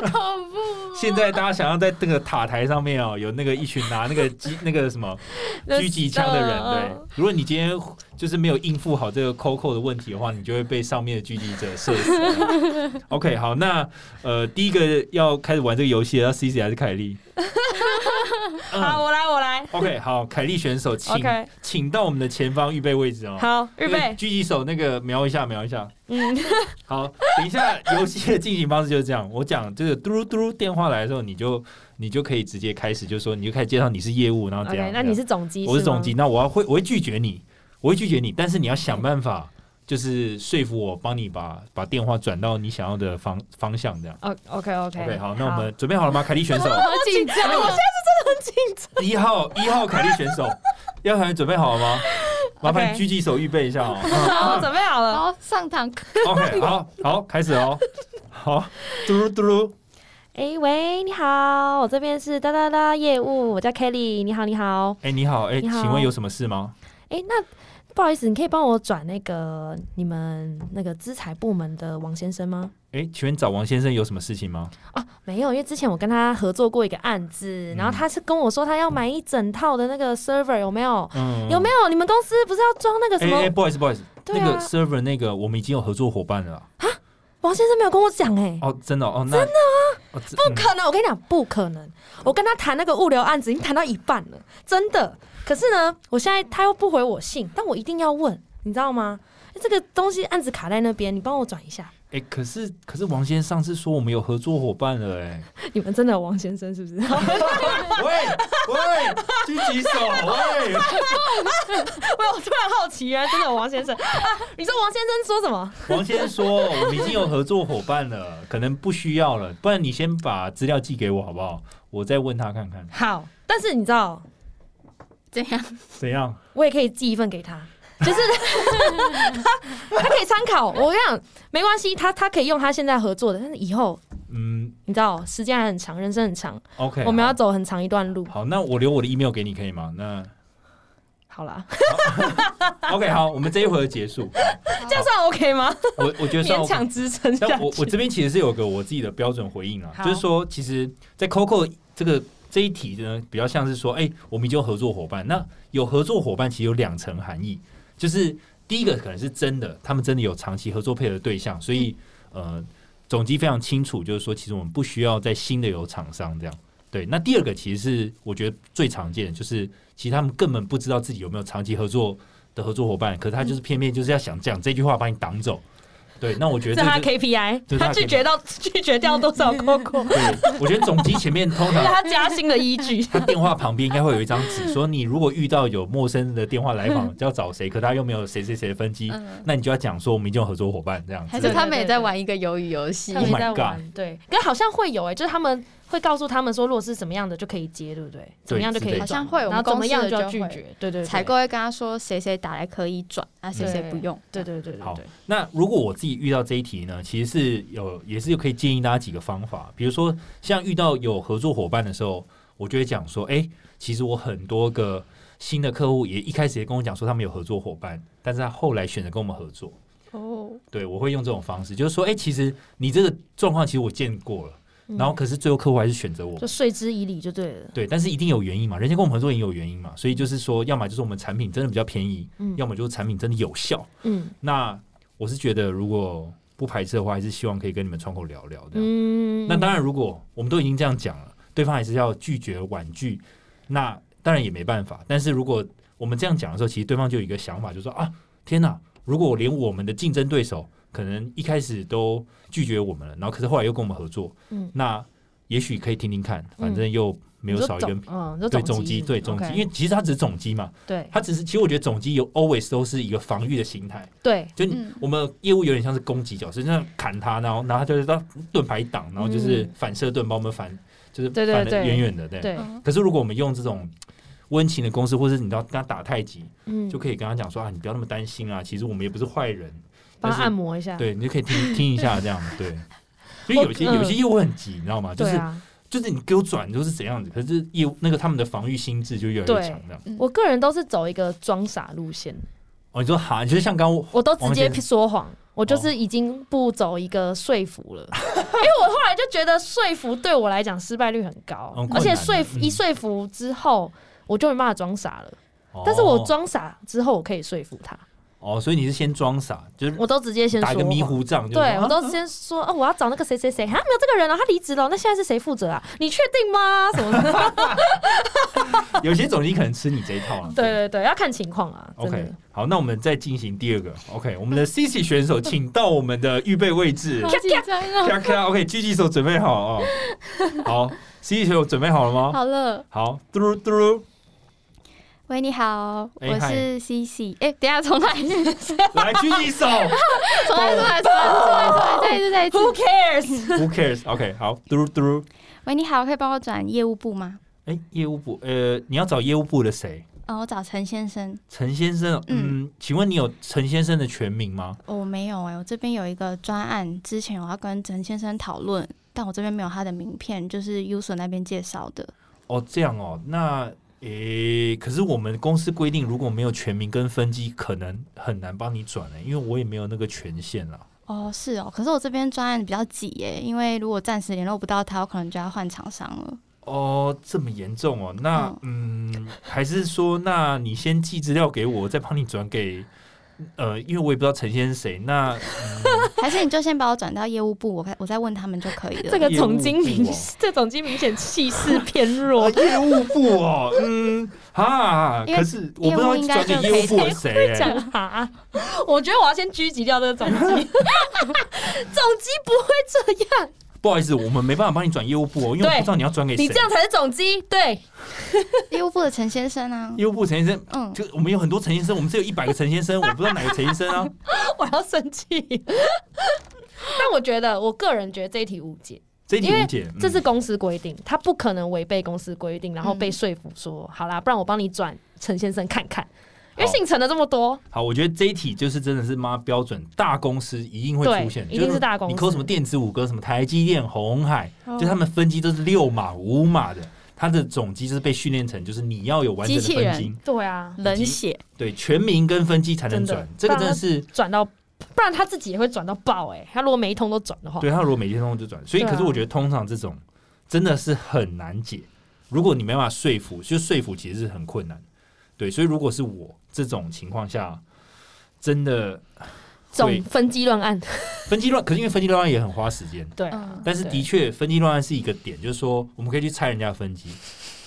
恐怖。现在大家想要在这个塔台上面哦，有那个一群拿那个机那个什么狙击枪的人，对嗯，如果你今天就是没有应付好这个 COCO 的问题的话，你就会被上面的狙击者射死。OK，好，那呃，第一个要开始玩这个游戏的，要 CC 还是凯莉？呃好，嗯我来，我来。 OK，好，凯莉选手，请 OK 请到我们的前方预备位置哦。好，预那个备狙，击手那个瞄一下，瞄一下。 嗯，好，等一下，游戏的进行方式就是这样。我讲这个嘟噜嘟噜电话来的时候，你就你就可以直接开始，就说你就开始介绍你是业务，然后这样。 OK，那你这是总机，样我是吗总机，，那我要会我会拒绝你，我会拒绝你，但是你要想办法，就是说服我，帮你把把电话转到你想要的方方向，这样。哦，OK OK OK，好，那我们准备好了吗？凯莉选手，好紧啊张哦，一号一号凯莉选 手，一号凯莉准备好了吗？麻烦 OK 狙击手预备一下哦。 好，准备好了。好上堂课 OK，好好开始哦。好，嘟噜嘟噜，哎、喂，你好，我这边是哒哒哒业务，我叫 Kelly，你好，你好。哎、你好，哎、你好请问有什么事吗？哎、那不好意思，你可以帮我转那个你们那个资财部门的王先生吗？哎、请问找王先生有什么事情吗？哦，没有，因为之前我跟他合作过一个案子，然后他是跟我说他要买一整套的那个 server，有没有？嗯有没有？你们公司不是要装那个什哎么？哎、不好意思，不好意思，对啊那个 server 那个我们已经有合作伙伴了啦。王先生没有跟我讲哎、哦，真的哦，哦那真的啊，哦、不不可能！我跟你讲，不可能！我跟他谈那个物流案子，已经谈到一半了，真的。可是呢，我现在他又不回我信，但我一定要问，你知道吗？这个东西案子卡在那边，你帮我转一下。哎、可是可是王先生上次说我们有合作伙伴 了、哎， 你们真的有王先生是不是？喂喂，狙击手，喂， 我有突然好奇，原来真的有王先生、啊。你说王先生说什么？王先生说我们已经有合作伙伴了，可能不需要了，不然你先把资料寄给我好不好？我再问他看看好，但是你知道，怎样？怎样。我也可以寄一份给他，就是 他他可以参考。我跟你讲，没关系，他他可以用他现在合作的，但是以后嗯你知道，时间还很长，人生很长， ，OK，我们要好走很长一段路。好，那我留我的 email 给你可以吗？那好啦， OK，好，我们这一回合结束。这样算 OK 吗？我我觉得算勉 OK 强支撑下但去。我我这边其实是有个我自己的标准回应啊，好就是说，其实，在 Coco 这个这一题呢，比较像是说，哎、我们已经有合作伙伴。那有合作伙伴，其实有两层含义，就是第一个可能是真的，他们真的有长期合作配合的对象，所以、嗯呃，总机非常清楚，就是说，其实我们不需要在新的有厂商这样。对，那第二个其实是我觉得最常见的，就是其实他们根本不知道自己有没有长期合作的合作伙伴，可是他嗯就是偏偏就是要想讲这句话把你挡走。对，那我觉得这这是他就 KPI，这是他他拒绝到拒绝掉多少 Coco，对，我觉得总机前面通这是常他加薪的依据。他电话旁边应该会有一张嗯纸，说你如果遇到有陌生的电话来访，就要找谁，可他又没有谁谁谁的分机，嗯，那你就要讲说我们已经有合作伙伴这样还子。是他们也在玩一个鱿鱼游戏他？ Oh 们 my 在玩，对，可好像会有哎、就是他们会告诉他们说，如果是怎么样的就可以接，对不对？怎么样就可以对转，好像会有然后怎么样我们就要公司拒的就会绝，对对对，采购，嗯会跟他说谁谁打来可以转，啊谁谁不用。对对对对好对，那如果我自己遇到这一题呢，其实是有也是可以建议大家几个方法，比如说像遇到有合作伙伴的时候，我就会讲说，哎、其实我很多个新的客户也一开始也跟我讲说他们有合作伙伴，但是他后来选择跟我们合作。哦，对，我会用这种方式，就是说，哎、其实你这个状况其实我见过了，嗯然后可是最后客户还是选择我们就。睡之以理就对了。对，但是一定有原因嘛，人家跟我们合作也有原因嘛，所以就是说，要么就是我们产品真的比较便宜，嗯要么就是产品真的有效。嗯那我是觉得，如果不排斥的话，还是希望可以跟你们窗口聊聊这样。嗯，那当然，如果我们都已经这样讲了，对方还是要拒绝婉拒，那当然也没办法。但是如果我们这样讲的时候，其实对方就有一个想法，就说啊，天哪！如果连我们的竞争对手可能一开始都拒绝我们了，然后可是后来又跟我们合作，嗯那也许可以听听看，反正又没有你就少一根总嗯，就对总总机，对总机，因为为其实它只是总机嘛，对它只是其实我觉得总机有 always 都是一个防御的心态，对，就你嗯我们业务有点像是攻击角色，就像砍他，然后然后他就是到嗯盾牌挡，然后就是嗯反射盾把我们反就是对对反对的远远的，对。对，嗯可是如果我们用这种温情的公式，或者你知道跟他打太极，嗯，就可以跟他讲说啊，你不要那么担心啊，其实我们也不是坏人，啊帮但他按是摩一下，对你就可以听听一下这样， 对。所以我有些嗯有些业务很急，你知道吗？就对是啊。就是你给我转就是怎样子，可是业务那个他们的防御心智就越来对越强这样。我个人都是走一个装傻路线，哦，你说好，就是像刚刚我都直王接先生说谎，我就是已经不走一个说服 了，因为我后来就觉得说服对我来讲失败率很高嗯，而且困难说服嗯一说服之后，我就没办法装傻了。哦但是我装傻之后，我可以说服他，哦，所以你是先装傻，就是我都直接先打说一个迷谎。糊仗，就是对，说我啊都先说哦，我要找那个谁谁谁，还没有这个人了，他离职了，那现在是谁负责啊？你确定吗？什么 的？ 有些总经理可能吃你这一套了。啊 对对对，要看情况啊，真的 OK，。好，那我们再进行第二个。OK，我们的 CC 选手，请到我们的预备位 置。好紧张啊！咔咔，OK，狙击手准备好哦。好，CC 选手准备好了吗？好了，好，嘟噜嘟噜，喂，你好，哎我是 CC。哎，等一下从哪里？来，狙 击手。从哪里出来？从哪里出来？从哪里出来？再 一次，再一 Who 次。 cares？ Who cares？OK，好，嘟噜嘟噜。喂，你好，可以帮我转业务部吗？哎，业务部，呃，你要找业务部的谁？哦，我找陈先生。陈先生，嗯，请问你有陈先生的全名吗？哦，没有哎、我这边有一个专案，之前我要跟陈先生讨论，但我这边没有他的名片，就是 User 那边介绍的。哦，这样哦，那诶、可是我们公司规定，如果没有全名跟分机，可能很难帮你转欸呢、因为我也没有那个权限啦。哦，是哦，可是我这边专案比较挤耶、因为如果暂时联络不到他，我可能就要换厂商了。 哦，这么严重哦？那嗯还是说，那你先寄资料给我，我再帮你转给呃，因为我也不知道陈先生谁。那还是你就先把我转到业务部，我看我再问他们就可以了。这个业务总经明部哦， 这总经明显气势偏弱呃，业务部哦，嗯啊，因为可是我不知道业务应该转给就可业以务部的 谁、欸。讲啥？ 我觉得我要先狙击掉这个 总机，总机不会这样，不好意思，我们没办法帮你转业务部哦，因为我对不知道你要转给谁。你这样才是总机。对，业务部的陈先生啊，业务部陈先生，嗯，就我们有很多陈先生，我们是有一百个陈先生，我不知道哪个陈先生 啊。我要生气。 但我觉得，我个人觉得这一题无解，这一题因为无解，嗯这是公司规定，他不可能违背公司规定，然后被说服说好啦，不然我帮你转陈先生看看，因为好姓陈的这么多，好。我觉得这一题就是真的是妈标准大公司一定会对出现，一定是大公司你扣什么电子五哥，什么台积电、红海，哦就他们分机都是六码、五码的，它的总机就是被训练成就是你要有完整的机器人分机，对啊，冷血，对全名跟分机才能真的转。这个真的是转到不然他自己也会转到爆哎、他如果每一通都转的话，对他如果每天通就转，所以哦对啊可是我觉得通常这种真的是很难解。如果你没办法说服，就说服其实是很困难。对，所以如果是我这种情况下，真的总对分机乱按，分析乱，可是因为分析乱案也很花时间。对啊、嗯，但是对的确，分析乱案是一个点，就是说我们可以去猜人家的分析，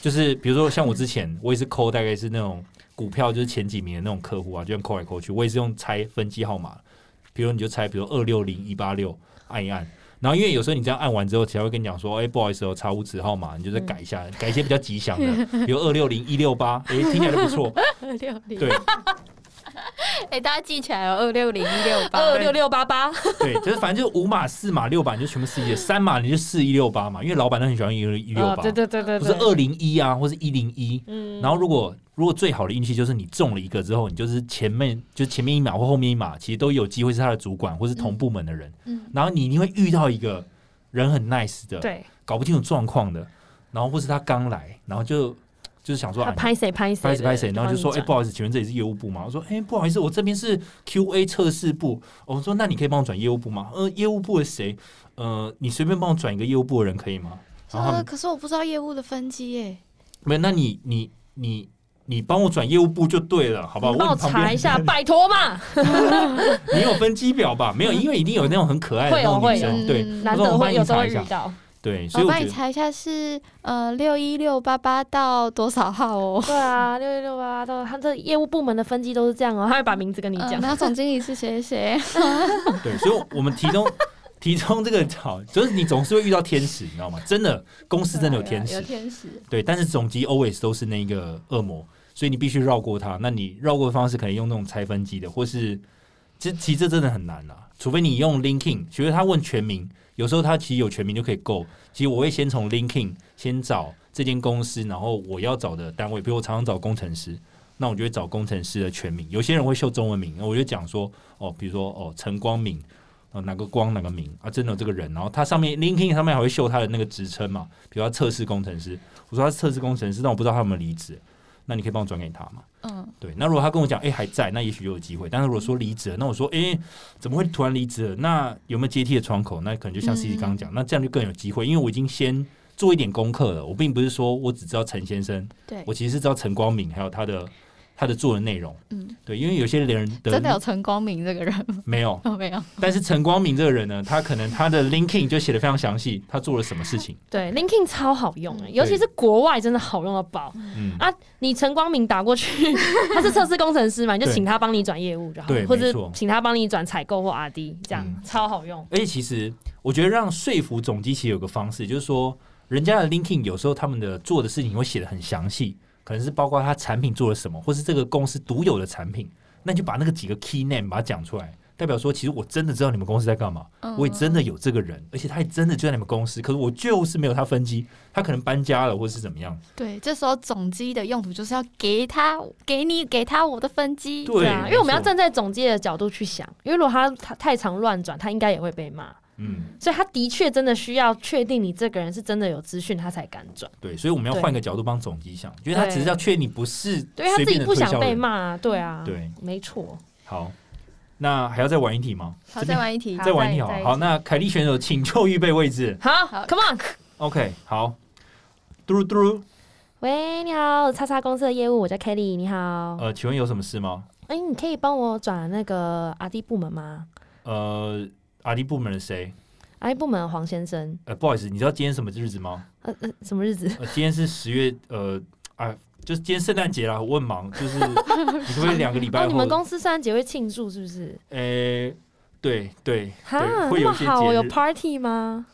就是比如说像我之前我也是抠，大概是那种股票就是前几名的那种客户啊，就这样抠来抠去，我也是用猜分析号码，比如你就猜，比如二六零一八六按一按。然后因为有时候你这样按完之后，才会跟你讲说，哎，不好意思哦，差五指号码，你就再改一下，改一些比较吉 祥的，比如二六零一六八，哎，听起来就不错，对哎、大家记起来哦，二六零一六八，二六六八八，对，就是反正就五码、四码、六码你就全部试一，三码你就试一六八嘛，因为老板都很喜欢一一六啊八，对对对对不是对，二零一啊，或是一零一。嗯然后如果如果最好的运气就是你中了一个之后，你就是前面就是前面一码或后面一码，其实都有机会是他的主管或是同部门的人。嗯，然后你一定会遇到一个人很 nice 的，对搞不清楚状况的，然后或是他刚来，然后就就是想说他啊，拍谁拍谁，拍谁拍谁，对然后就说，帮哎、你不好意思，请问这里是业务部吗？我说，哎、不好意思，我这边是 QA 测试部。哦我说，那你可以帮我转业务部吗？呃，业务部的谁？呃，你随便帮我转一个业务部的人可以吗？然后他呃，们可是我不知道业务的分机欸耶。没有，那你你你你帮我转业务部就对了，好不好？转你帮我问旁查边一下， 拜托嘛，你有分机表吧？没有，因为一定有那种很可爱的嗯会那有会哦嗯种女生，有对嗯难我说得我帮会你有时候查会一下遇到。对，所以我我帮觉你得查一下是呃六一六八八到多少号哦？对啊，六六六啊，到他这业务部门的分机都是这样哦，他会把名字跟你呃讲。然后总经理是谁谁谁？对，所以我们提供 提供这个好，就是你总是会遇到天使，你知道吗？真的，公 司真的有天有使，天使。对，但是总机 always 都是那个恶魔，所以你必须绕过它。那你绕过的方式可能用那种拆分机的，或是其实其实这真的很难啊，除非你用 linking，其实他问全名，有时候他其实有全名就可以够。其实我会先从 linking 先找这间公司，然后我要找的单位，比如我常常找工程师。那我就会找工程师的全名，有些人会秀中文名，那我就讲说，哦，比如说哦，陈光明，哦哪个光哪个明啊，真的有这个人，然后他上面 LinkedIn 上面还会秀他的那个职称嘛，比如他测试工程师，我说他是测试工程师，但我不知道他有没有离职，那你可以帮我转给他嘛？嗯，对，那如果他跟我讲，哎、还在，那也许就有机会。但是如果说离职了，那我说，哎、怎么会突然离职了？那有没有阶梯的窗口？那可能就像 C C 刚刚嗯讲，那这样就更有机会，因为我已经先做一点功课了。我并不是说我只知道陈先生，对，我其实是知道陈光敏还有他的他的做的内容。嗯，对，因为有些人的真的有陈光明这个人吗？没有，哦，没有。但是陈光明这个人呢，他可能他的 LinkedIn 就写的非常详细，他做了什么 事情。对，Linking 超好用、欸，尤其是国外真的好用到爆。嗯，啊你陈光明打过去，他是测试工程师嘛，你就对请他帮你转业务就好对了，或没者错请他帮你转采购或 RD，这样、嗯超好用。而且其实我觉得让说服总机其实有个方式，就是说人家的 linking 有时候他们的做的事情会写的很详细，可能是包括他产品做了什么，或是这个公司独有的产品，那你就把那个几个 key name 把它讲出来。代表说，其实我真的知道你们公司在干嘛，嗯我也真的有这个人，而且他也真的就在你们公司，可是我就是没有他分机，他可能搬家了，或是怎么样。对，这时候总机的用途就是要给他、给你、给他我的分机。对啊，因为我们要站在总监的角度去想，因为如果他他太常乱转，他应该也会被骂，嗯，所以他的确真的需要确定你这个人是真的有资讯，他才敢转。对，所以我们要对换个角度帮总机想，因为他只是要确定你不是对，因为他随自便己的不推想销被人骂啊，对啊，对，没错。好，那还要再玩一题吗？好， 这再边玩一题好。再玩一啊再再一题好了好，题那凯莉选手请就预备位置。好好 c o m e on。 OK，好，嘟噜嘟噜，喂，你好，叉叉公司的业务，我叫 Kelly，你好。呃，请问有什么事吗？哎、你可以帮我转那个 R D 部门吗呃，阿迪部门的谁？ ？R D 部门的黄先生，呃，不好意思，你知道今天什么日子吗？呃呃，什么日子？呃，今天是十月，呃，啊，就是今天圣诞节啦，我很忙，就是你可不可以两个礼哦，拜你后们？公司圣诞节会庆祝是不是？呃，对对哈，对，会那有么一些好，有节日， party 吗？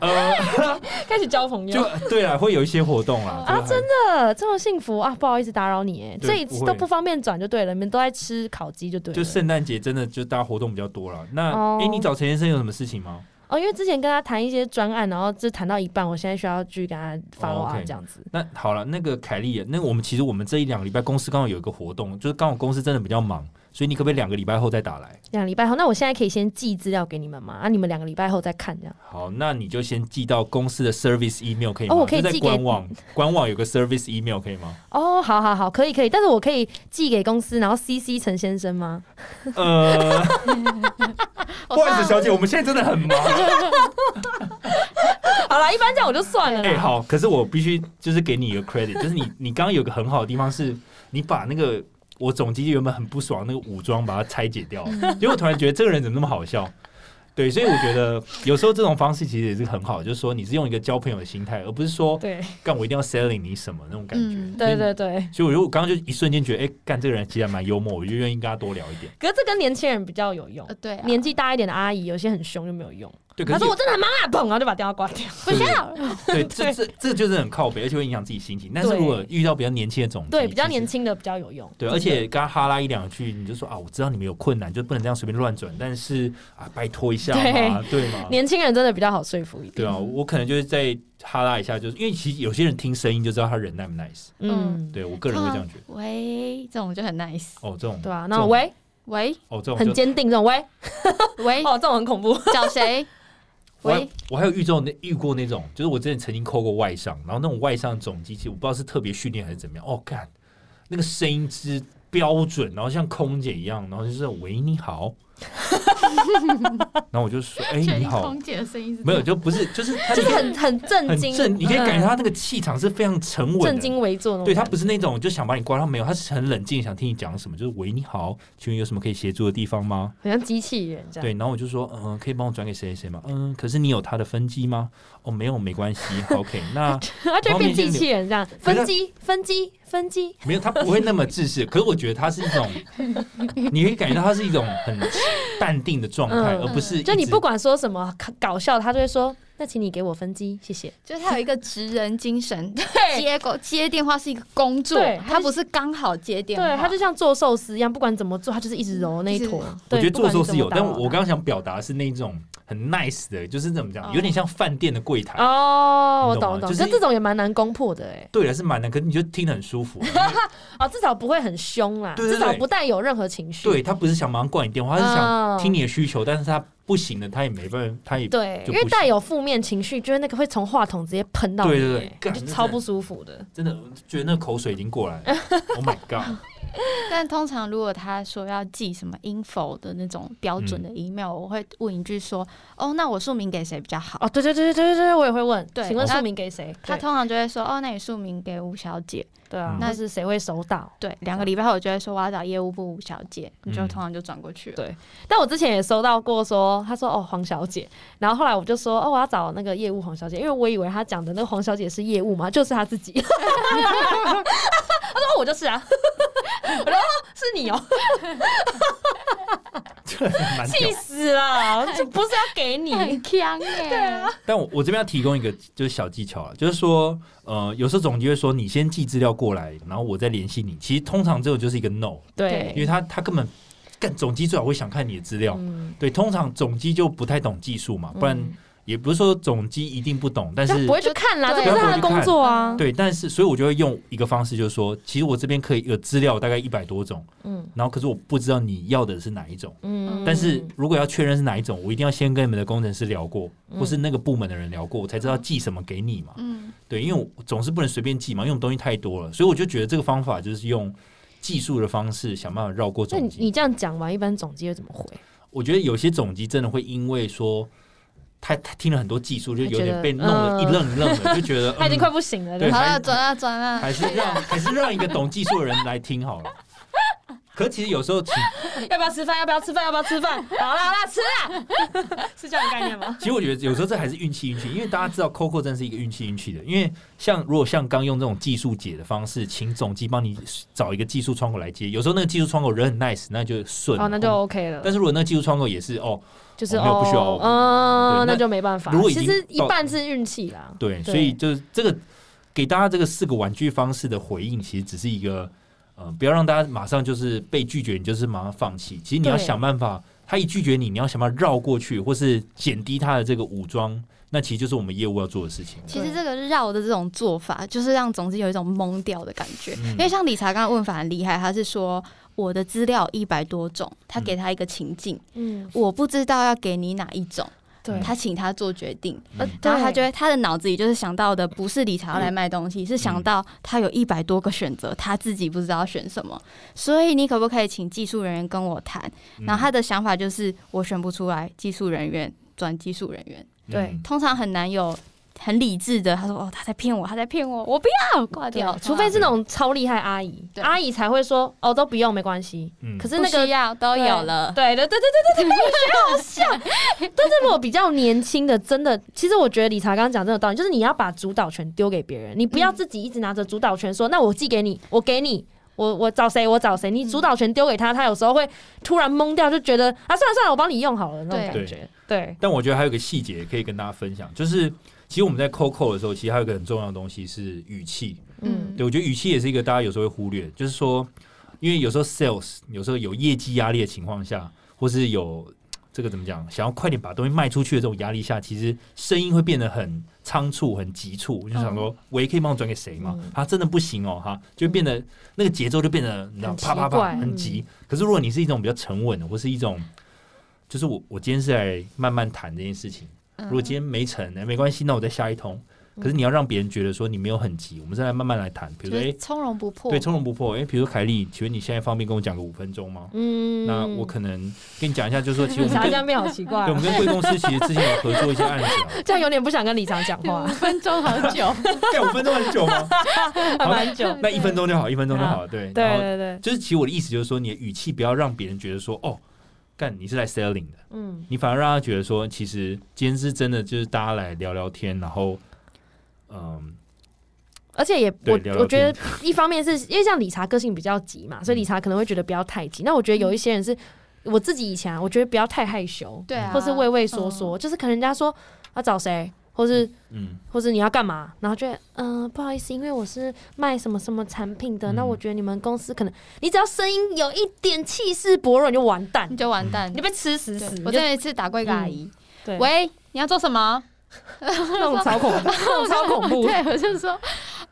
呃，开始交朋友，就对啦，会有一些活动啦。啊就还真的这么幸福啊！不好意思打扰你，哎，对所以不会都不方便转就对了，你们都在吃烤鸡就对就了。圣诞节真的就大家活动比较多了。那哦哎，你找陈先生有什么事情吗？哦，因为之前跟他谈一些专案，然后就谈到一半，我现在需要继续跟他 follow up OK 这样子。那好了，那个凯莉，那我们其实我们这一两个礼拜公司刚好有一个活动，就是刚好公司真的比较忙，所以你可不可以两个礼拜后再打来？两个礼拜后，那我现在可以先寄资料给你们吗？啊，你们两个礼拜后再看这样。好，那你就先寄到公司的 service email 可以吗？哦我可以就在寄给官网，官网有个 service email 可以 吗？哦，好好好，可以可以，但是我可以寄给公司，然后 CC 陈先生吗？ 呃，不我好意思，知道小姐，我们现在真的很忙。好啦，一般这样我就算了啦。哎、好，可是我必须就是给你一个 credit，就是你你刚刚有个很好的地方是，你把那个我总机原本很不爽那个武装把它拆解掉，嗯结果突然觉得这个人怎么那么好笑。对，所以我觉得有时候这种方式其实也是很好，就是说你是用一个交朋友的心态，而不是说对干我一定要 selling 你什么那种感觉。嗯对对对，所以我就刚刚就一瞬间觉得，哎、干这个人其实还蛮幽默，我就愿意跟他多聊一点。可是这跟年轻人比较有用呃，。对啊，年纪大一点的阿姨，有些很凶就没有用。对，可她是说我真的很忙啊，砰，然后就把电话挂掉。不要。 对，这这这就是很靠北，而且会影响自己心情。但是对如果遇到比较年轻的总 机，对，比较其实年轻的比较有用。对，而且刚哈拉一两句，你就说啊，我知道你们有困难，就不能这样随便乱转，但是啊，拜托一下嘛，对 吗？年轻人真的比较好说服一点。对啊，我可能就是再哈拉一下，就是因为其实有些人听声音就知道他人 nice 不 nice，嗯，对我个人会这样觉得。喂，这种就很 nice。哦，这种对啊，这那种喂，喂哦这种很就哦坚定，这种喂，哎喂， 哦，这种很恐怖。找谁？我还喂，我还有遇到那遇过那种，就是我之前曾经扣过外伤，然后那种外伤总机器，我不知道是特别训练还是怎么样。哦，干，那个声音之标准，然后像空姐一样，然后就是喂 你好，然后我就说哎、确你定好空，姐的声音是没有就不是就是他就是很很震很惊，正，你可以感觉嗯他那个气场是非常沉稳的，正襟危坐那种对感觉。他不是那种就想把你关，他没有，他是很冷静，想听你讲什么，就是喂你好，请问有什么可以协助的地方吗？很像机器人这样。对，然后我就说，嗯、可以帮我转给谁谁谁吗？嗯，可是你有他的分机吗？哦，没有，没关系，OK，那 它就会旁变边就机是器人这样，分机分机分机，没有，他不会那么自私，可是我觉得他是一 种，你会感觉到他是一种很淡定的状态，嗯而不是就你一直不管说什么搞笑，他就会说：“那请你给我分机，谢谢。就是他有一个职人精神， 接狗接电话是一个工作对，他不是刚好接”电话，对，他就像做寿司一样，不管怎么做，他就是一直揉那一坨就是。我对觉得不做管寿你司怎么有，打但扰我刚刚想表达是那种很 nice 的，就是怎么讲，有点像饭店的柜台它。哦，我你懂懂吗我懂，就可是这种也蛮难攻破的哎。对了，是蛮难，可是你就听得很舒 服。啊哦，至少不会很凶啦，对对至少对不带有任何情绪。对他不是想马上挂你电话，他是哦想听你的需求，但是他不行了，他也没办法，他也对，就因不为带有负面情绪，就是那个会从话筒直接喷到你，对对对哎干就那超真的不舒服的。真的觉得那口水已经过 来了。Oh my god！ 但通常如果他说要寄什么 info 的那种标准的嗯 email，、我会问一句说：“哦，那我署名给谁比较好？”哦，对对对对对对，我也会问，对请问他署名给谁？他对通常就会说：“哦，那你署名给吴小姐。对啊嗯，那是谁会收到？”对，两个礼拜后我就会说我要找业务部吴小姐，你就啊嗯通常就转过去了。对但我之前也收到过说，他说哦黄小姐，然后后来我就说哦我要找那个业务黄小姐，因为我以为他讲的那个黄小姐是业务嘛，就是他自己。他说哦我就是啊，我就说哦是你哦，这蛮屌气。死了，这不是要给你，很强哎、对啊，但我我这边要提供一个就是小技巧了，就是说，呃，有时候总机会说你先寄资料过来，然后我再联系你。其实通常这种就是一个 no，因对，为他他根本干总机最好会想看你的资料。嗯，对，通常总机就不太懂技术嘛，不然嗯也不是说总机一定不懂，但他是不会去看啦，这对啊不是他的工作啊，对，但是所以我就会用一个方式，就是说，其实我这边可以有资料大概一百多种，嗯然后可是我不知道你要的是哪一种。嗯但是如果要确认是哪一种，我一定要先跟你们的工程师聊过，或嗯是那个部门的人聊过，我才知道寄什么给你嘛。嗯，对，因为我总是不能随便寄嘛，因为我们东西太多了，所以我就觉得这个方法就是用技术的方式想办法绕过那总你你机。这样讲完，一般总机会怎么回？我觉得有些总机真的会因为说他他听了很多技术，就有他觉得点被弄了一嗯愣一愣的，就觉 得他已经快嗯不行了，对吧好还了，转了转 了，还是让啊还是让一个懂技术的人来听好了。可其实有时候请要不要吃饭？要不要吃饭？要不要吃饭？好啦好啦，吃啦，是这样的概念吗？其实我觉得有时候这还是运气运气，因为大家知道 Coco 真是一个运气运气的。因为像如果像刚用这种技术解的方式，请总机帮你找一个技术窗口来接，有时候那个技术窗口人很 nice，那就顺了。哦，那就 OK 了。但是如果那个技术窗口也是哦，就是我没有不需要哦嗯，对那那就没办法。如果已其经实一到半是运气啦，对，所以就是这个给大家这个四个玩具方式的回应，其实只是一个呃，不要让大家马上就是被拒绝，你就是马上放弃。其实你要对想办法，他一拒绝你，你要想办法绕过去，或是减低他的这个武装，那其实就是我们业务要做的事情。 其实这个绕的这种做法，就是让总之有一种懵掉的感觉。嗯因为像理查刚刚问法很厉害，他是说我的资料一百多种，他给他一个情境，嗯，我不知道要给你哪一种，对，他请他做决定，嗯然后他就对会他的脑子里就是想到的不是理查要来卖东西，是想到他有一百多个选择，他自己不知道要选什么，所以你可不可以请技术人员跟我谈？嗯然后他的想法就是我选不出来，技术人员转技术人员，嗯对通常很难有。很理智的，他说：“哦，他在骗我，他在骗我，我不要挂掉。”除非是是那种超厉害阿姨，对阿姨才会说哦都不用没关系。嗯可是那那个个要都有了，对对对 对对对对，好像。但是如果比较年轻的，真的，其实我觉得理查刚刚讲这个道理，就是你要把主导权丢给别人，你嗯不要自己一直拿着主导权说，那我寄给你，我给你。我我找谁我找嗯谁，你主导权丢给他，他有时候会突然懵掉，就觉得啊算了算了，我帮你用好了那种对感觉。对，但我觉得还有个细节可以跟大家分享，就是其实我们在 COCO 的时候，其实还有一个很重要的东西是语气。嗯嗯，对我觉得语气也是一个大家有时候会忽略，就是说，因为有时候 sales 有时候有业绩压力的情况下，或是有这个怎么讲，想要快点把东西卖出去的这种压力下，其实声音会变得很仓促、很急促。就嗯想说，喂，可以帮我转给谁吗？啊，真的不行哦，哈，就变得那个节奏就变得你知嗯道很啪奇啪怪嗯啪很急。可是如果你是一种比较沉稳的，或是一种就是我我今天是来慢慢谈这件事情，嗯如果今天没成，哎没关系，那我再下一通。可是你要让别人觉得说你没有很急，我们再来慢慢来谈。比如就说，哎、是从容不迫对，。从容不迫。哎、比如说凯莉，请问你现在方便跟我讲个五分钟吗？嗯那我可能跟你讲一下，就是说，其实我理们查这跟样变好奇怪对，我哦、，们跟贵公司其实之前有合作一些案子、啊 这样有点不想跟理查讲话五，分钟好久，干五分钟很久吗？ 还蛮久。那一分钟就好，一分钟就好。对，嗯对然后对对，就是其实我的意思就是说，你的语气不要让别人觉得说，哦，干你是来 selling 的，嗯，你反而让他觉得说，其实今天是真的就是大家来聊聊天，然后，嗯，而且也对我聊聊我觉得天一方面是因为像理查个性比较急嘛，所以理查可能会觉得不要太急。那我觉得有一些人是我自己以前啊，我觉得不要太害羞，对啊，或是畏畏缩嗯缩，就是可能人家说要找谁，或是嗯，或是你要干嘛，然后就会嗯、不好意思，因为我是卖什么什么产品的，嗯那我觉得你们公司可能你只要声音有一点气势薄弱，你就完蛋你，就完蛋啊你。就被吃死对死。我就真的有一次打过一个阿姨，对，喂，你要做什么？那种 超恐怖，那种超恐怖。对，我就说，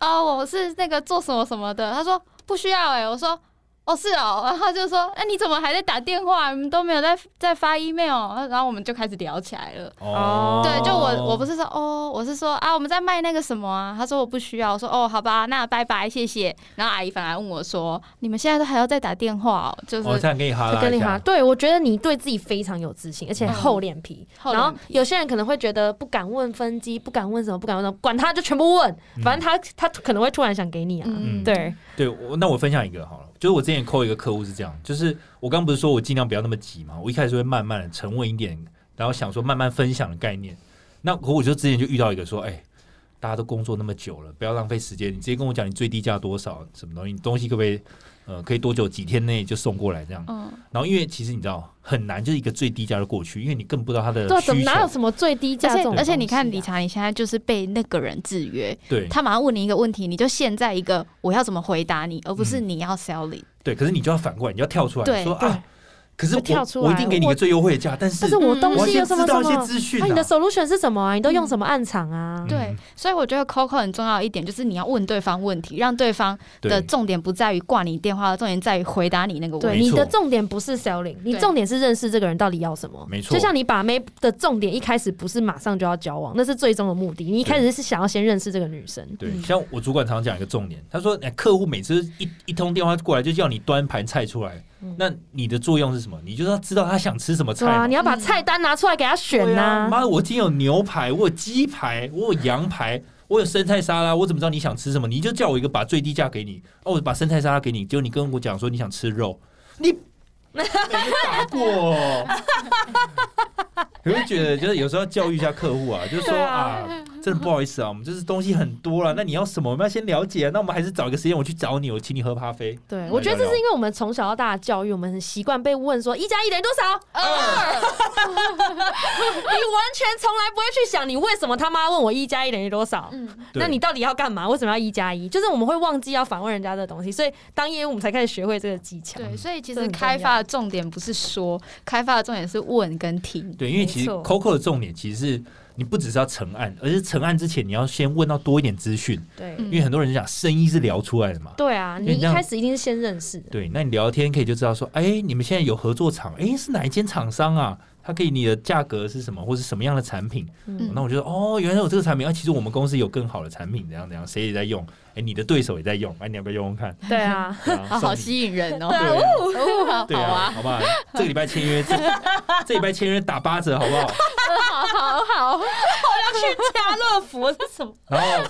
哦，我是那个做什么什么的。他说不需要哎、我说哦是哦， 然后他就说，那、你怎么还在打电话？你们都没有在在发 email，然后我们就开始聊起来了。哦对，就我我不是说哦，我是说啊，我们在卖那个什么啊。他说我不需要，我说哦，好吧，那拜拜，谢谢。然后阿姨反而问我说，你们现在都还要再打电话、哦，就是、我才给你哈就拉跟一你哈，下，对我觉得你对自己非常有自信，而且嗯厚脸皮。后然来后有些人可能会觉得不敢问分机，不敢问什么，不敢问什么，管他就全部问，嗯反正他他可能会突然想给你啊。嗯，对，对，我那我分享一个好了，就是我之前扣一个客户是这样，就是我刚不是说我尽量不要那么急嘛，我一开始会慢慢的沉稳一点，然后想说慢慢分享的概念。那可我就之前就遇到一个说，哎、大家都工作那么久了，不要浪费时间，你直接跟我讲你最低价多少，什么东西，你东西可不可以，呃，可以多久几天内就送过来这样。嗯，然后因为其实你知道很难，就是一个最低价的过去，因为你更不知道他的对啊，怎么需哪有求。什么最低价而这且种而且你东西啊看理查，你现在就是被那个人制约，对他马上问你一个问题，你就陷在一个我要怎么回答你，而不是你要 selling。对，可是你就要反过来，你就要跳出来对说啊，可是就跳我出来我一定给你一我个最优惠的价，但是但是我东嗯我要西有先什么知什道一些么？资讯啊，你的啊。 solution 是什么啊？你都用什么暗场啊？嗯对，所以我觉得 Coco 很重要一点就是你要问对方问题，让对方的对重点不在于挂你电话，重点在于回答你那个问对，题。没你错的重点不是 selling，你重点是认识这个人到底要什么。没错就像你把妹的重点一开始不是马上就要交往，那是最终的目的。你一开始是想要先认识这个女生。对，像我主管常讲一个重点，他说：“哎、客户每次一一通电话过来就叫你端盘菜出来，嗯那你的作用是什么？你就是要知道他想吃什么菜对啊，嘛。你要把菜单拿出来给他选啊对啊呐、妈的，我今天有牛排，我有鸡排，我有羊排，我有生菜沙拉，我怎么知道你想吃什么？你就叫我一个把最低价给你，哦，我把生菜沙拉给你，结果你跟我讲说你想吃肉，你没打过、你会觉得就是有时候要教育一下客户啊，就是说对啊啊，真的不好意思啊，我们就是东西很多了，那你要什么？我们要先了解，啊那我们还是找一个时间我去找你，我请你喝咖啡。哎对，我觉得这是因为我们从小到大的教育，我们很习惯被问说一加一等于多少， 你完全从来不会去想你为什么他妈问我一加一等于多少。对那你到底要干嘛？为什么要一加一？就是我们会忘记要反问人家的东西，所以当业务我们才开始学会这个技巧。对，所以其这实很重要开发的重点不是说，开发的重点是问跟听。对，因为其实没错 Coco 的重点其实是你不只是要成案，而是成案之前你要先问到多一点资讯。对嗯因为很多人讲生意是聊出来的嘛。对啊，你因为一这样开始一定是先认识的，对，那你聊天可以就知道说，哎，你们现在有合作厂，哎，是哪一间厂商啊？它可以你的价格是什么，或是什么样的产品？嗯那我就说，哦，原来有这个产品，啊，其实我们公司有更好的产品，怎样怎样，谁也在用，哎，你的对手也在用，哎，你要不要用用看？对啊， 对啊啊，送好你吸引人哦！对啊哦好对好啊，啊，好不好？这个礼拜签约， 这这礼拜签约打八折，好不好？好好好，家乐福是什么？然后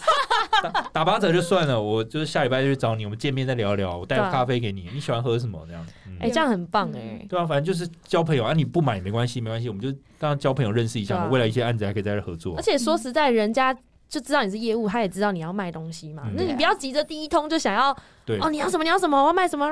打打八折就算了，我就是下礼拜就去找你，我们见面再聊一聊，我带对啊咖啡给你，你喜欢喝什么这样？嗯 哎、这样很棒哎、对啊，反正就是交朋友啊，你不买也没关系，没关系，我们就当交朋友认识一下嘛，对啊未来一些案子还可以在这合作而。且说实在，人家就知道你是业务，他也知道你要卖东西嘛。嗯那你不要急着第一通就想要对哦，你要什么？你要什么？我要卖什么？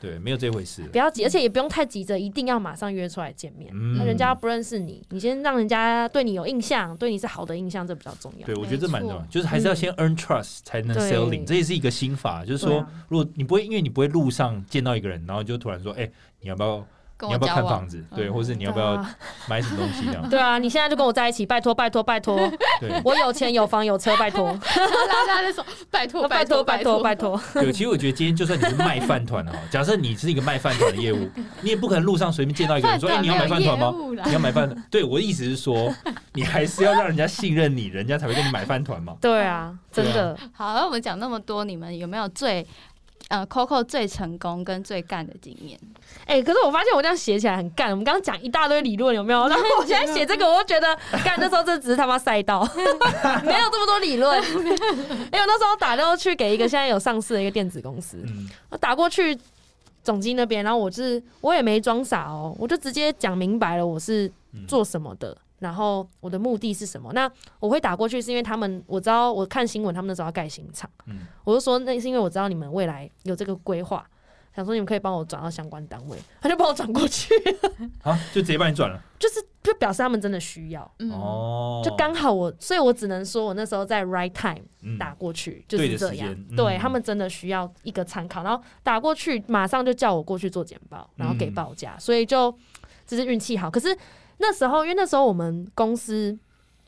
对，没有这回事。不要急，而且也不用太急着，一定要马上约出来见面。嗯那人家不认识你，你先让人家对你有印象，对你是好的印象，这比较重要。对，我觉得这蛮重要没，错就是还是要先 earn trust 才能对 selling，这也是一个心法，就是对说啊，如果你不会，因为你不会路上见到一个人，然后就突然说，哎，你要不要跟我你要不要交看往房，子？对，啊嗯或是你要不要啊买什么东西 这样？对啊，你现在就跟我在一起，拜托拜托拜托，对我有钱有房有车，拜托拉拉的手，拜托拜托托拜拜托拜拜，托。对，其实我觉得今天就算你是卖饭团哈，假设你是一个卖饭团的业务，你也不可能路上随便见到一个人说：“哎、团你没要买有饭业团吗？”务啦你，要买饭团？对我的意思是说，你还是要让人家信任你，人家才会跟你买饭团嘛。对啊，真的，好，那我们讲那么多，你们有没有最呃 Coco 最成功跟最干的经验？哎、可是我发现我这样写起来很干。我们刚刚讲一大堆理论，有没有？然后我现在写这个，我就觉得干那时候这只是他妈赛道， 没有这么多理论。 哎、我那时候打电话去给一个现在有上市的一个电子公司，嗯，我打过去总经那边，然后我是我也没装傻哦，我就直接讲明白了我是嗯做什么的，然后我的目的是什么。那我会打过去是因为他们我知道我看新闻，他们那时候要盖新厂，嗯我就说那是因为我知道你们未来有这个规划。想说你们可以帮我转到相关单位，他就帮我转过去， 好，就直接帮你转了。就是就表示他们真的需要，嗯，哦，就刚好我，所以我只能说我那时候在 right time，嗯打过去，就对是的这时样。间嗯对他们真的需要一个参考，然后打过去，马上就叫我过去做简报，然后给嗯报价，所以就只是运气好。可是那时候，因为那时候我们公司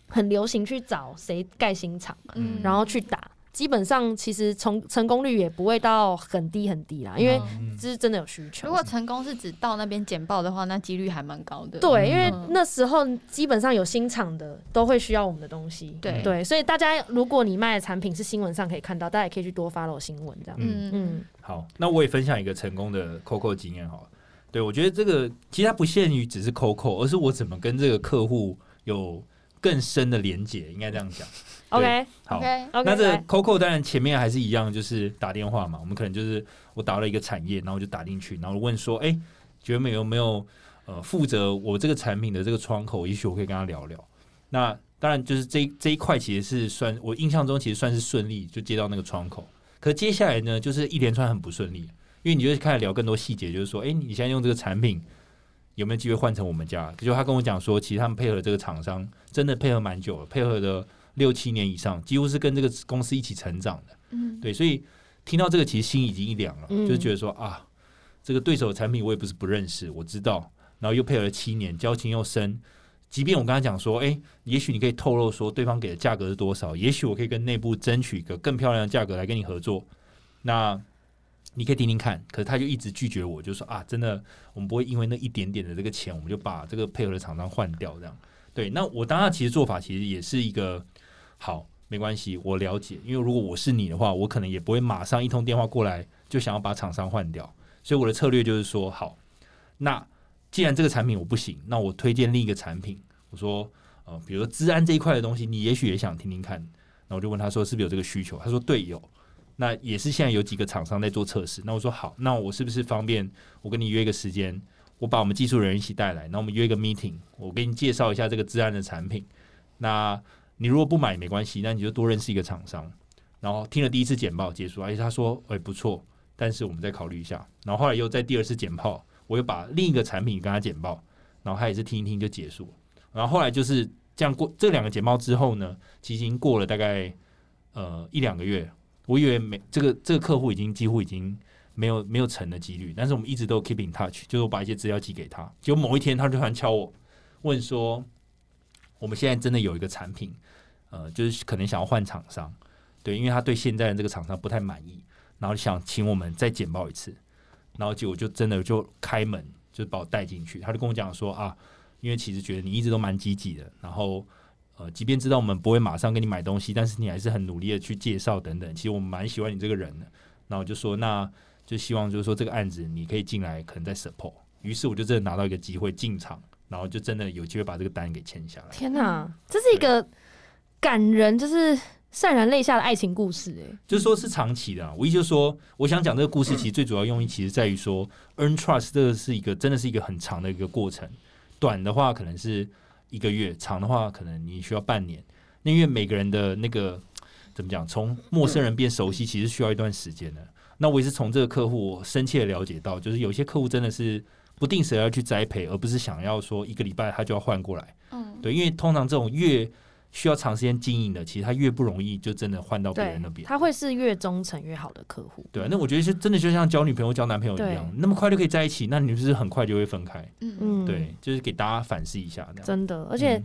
很流行去找谁盖新厂，嗯然后去打，基本上其实成成功率也不会到很低很低啦，因为嗯这是真的有需求如。果成功是指到那边简报的话，那几率还蛮高的。对，因为嗯那时候基本上有新厂的都会需要我们的东西，对对，所以大家如果你卖的产品是新闻上可以看到，大家也可以去多 follow 新闻这样。嗯嗯嗯，好，那我也分享一个成功的 COCO 经验好了。对，我觉得这个其实它不限于只是 COCO，而是我怎么跟这个客户有更深的连接，应该这样讲。 OK 好 OK， OK，那这个 COCO 当然前面还是一样，就是打电话嘛。我们可能就是我打了一个产业，然后我就打进去，然后问说，哎、觉得有没有呃负责我这个产品的这个窗口，也许我可以跟他聊聊。那当然就是这这一块其实是算我印象中其实算是顺利，就接到那个窗口。可接下来呢，就是一连串很不顺利，因为你就会开始聊更多细节，就是说，哎、你现在用这个产品有没有机会换成我们家？就他跟我讲说，其实他们配合这个厂商真的配合蛮久了，配合的六七年以上，几乎是跟这个公司一起成长的。嗯，对，所以听到这个，其实心已经一凉了，嗯就觉得说啊，这个对手的产品我也不是不认识，我知道，然后又配合了七年，交情又深。即便我跟他讲说，哎、也许你可以透露说对方给的价格是多少，也许我可以跟内部争取一个更漂亮的价格来跟你合作。那你可以听听看，可是他就一直拒绝我，就说啊，真的，我们不会因为那一点点的这个钱，我们就把这个配合的厂商换掉这样。对，那我当下其实做法其实也是一个好，没关系，我了解，因为如果我是你的话，我可能也不会马上一通电话过来就想要把厂商换掉，所以我的策略就是说，好，那既然这个产品我不行，那我推荐另一个产品，我说，呃，比如说治安这一块的东西，你也许也想听听看，那我就问他说是不是有这个需求，他说对有。那也是现在有几个厂商在做测试，那我说好，那我是不是方便我跟你约一个时间，我把我们技术人员一起带来，那我们约一个 meeting，我给你介绍一下这个治安的产品。那你如果不买也没关系，那你就多认识一个厂商。然后听了第一次简报结束，而且他说，哎、不错，但是我们再考虑一下。然后后来又在第二次简报，我又把另一个产品跟他简报，然后他也是听一听就结束了。然后后来就是这样过这两个简报之后呢，其实已经过了大概呃一两个月，我以为没这个这个客户已经几乎已经没有没有成的几率，但是我们一直都 keep in touch，就是我把一些资料寄给他。结果某一天他就突然敲我，问说：“我们现在真的有一个产品，呃，就是可能想要换厂商，对，因为他对现在的这个厂商不太满意，然后想请我们再简报一次。”然后结果就真的就开门，就把我带进去。他就跟我讲说啊，因为其实觉得你一直都蛮积极的，然后呃，即便知道我们不会马上给你买东西，但是你还是很努力的去介绍等等。其实我们蛮喜欢你这个人的。然后我就说那。就希望就是说这个案子你可以进来，可能在 support。于是我就真的拿到一个机会进场，然后就真的有机会把这个单给签下来。天哪，这是一个感人，就是潸然泪下的爱情故事哎、就是说是长期的、啊，我意思就是说，我想讲这个故事，其实最主要用意其实在于说，earn trust 这个是一个真的是一个很长的一个过程。短的话可能是一个月，长的话可能你需要半年。那因为每个人的那个怎么讲，从陌生人变熟悉，其实需要一段时间的。那我也是从这个客户我深切地了解到，就是有些客户真的是不定时地要去栽培，而不是想要说一个礼拜他就要换过来。嗯，对，因为通常这种越需要长时间经营的，其实他越不容易就真的换到别对人那，边。他会是越忠诚越好的客户。对啊，那我觉得是真的就像交女朋友、交男朋友一样嗯对，那么快就可以在一起，那你是不是很快就会分开？嗯嗯，，对，就是给大家反思一下这样。嗯真的，而而且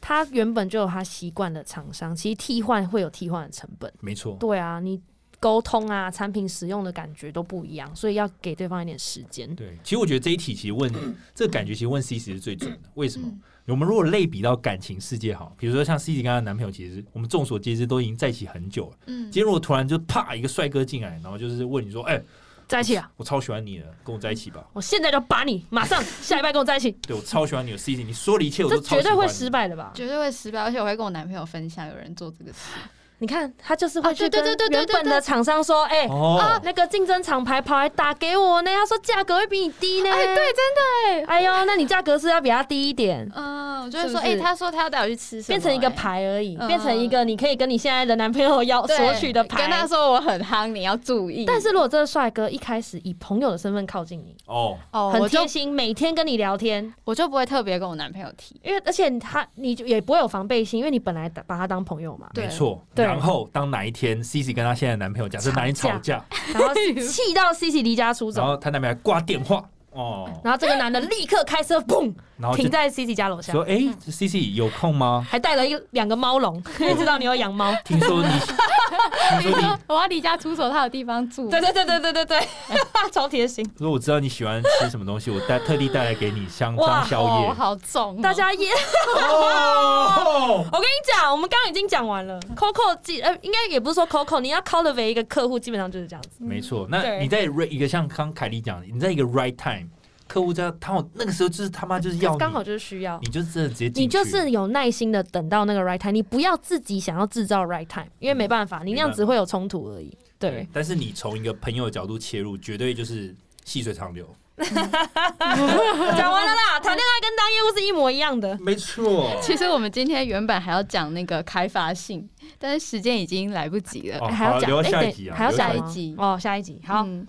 他原本就有他习惯的厂商，其实替换会有替换的成本。没错，对啊，你沟通啊，产品使用的感觉都不一样，所以要给对方一点时间。对，其实我觉得这一题其实问嗯这个感觉，其实问 C 十是最准的。为什么？嗯我们如果类比到感情世界，好，比如说像 C 十跟她男朋友，其实我们众所皆知都已经在一起很久了。嗯今天如果突然就啪一个帅哥进来，然后就是问你说：“哎、在一起啊！我超喜欢你的，跟我在一起吧。我现在就把你，马上下礼拜跟我在一 起，”对，我超喜欢你的 C 十，你说的一切我这都绝超喜欢对的。会失败的吧？绝对会失败，而且我会跟我男朋友分享有人做这个事。你看，他就是啊会去对跟对对对原对本对的厂商说：“哎、哦，啊，那个竞争厂牌跑来打给我呢，他说价格会比你低呢。”哎，对，真的哎，哎呦，那你价格是要比他低一点，嗯，我就会是说，不是哎，他说他要带我去吃什么，变成一个哎牌而已，嗯变成一个你可以跟你现在的男朋友要对索取的牌。跟他说我很夯，你要注意。但是如果这个帅哥一开始以朋友的身份靠近你，哦，哦，很我就贴心，每天跟你聊天，我就不会特别跟我男朋友 提。因为而且他你就也不会有防备心，因为你本来把他当朋友嘛，对没错。对然后当哪一天 C C 跟她现在的男朋友假设哪里吵吵架，然后气到 C C 离家出然走，后她男朋友还挂电话哦，然后这个男的立刻开车砰然后就停在 C C 家楼下说：“，哎、c 嗯 C 有空吗？还带了一两个猫笼，因为知道你有养猫。听说你， 听说你我要离家出走，他有地方住。对对对对对对对， 超贴心。如果我知道你喜欢吃什么东西，我带特地带来给你香哇当宵夜哦，。好重哦、大家也哦，我跟你讲，我们刚刚已经讲完了。Coco 记呃，应该也不是说 Coco，你要 cultivate 一个客户，基本上就是这样子。没错。嗯那对你在 right- 一个像刚凯莉讲的，你在一个 right time，客户在他好那个时候就是他妈就是要你刚好，就是需要你就真的直接进你去就是有耐心的等到那个 right time，你不要自己想要制造 right time，因为没办法，你那样只会有冲突而已。对，，但是你从一个朋友的角度切入，绝对就是细水长流。 讲完了啦，谈恋爱跟当业务是一模一样的。没错。 其实我们今天原本还要讲那个开发性，但是时间已经来不及了。哦，还要好讲留到哎下一对集啊，还要留到讲下一吗集哦，下一集好。嗯、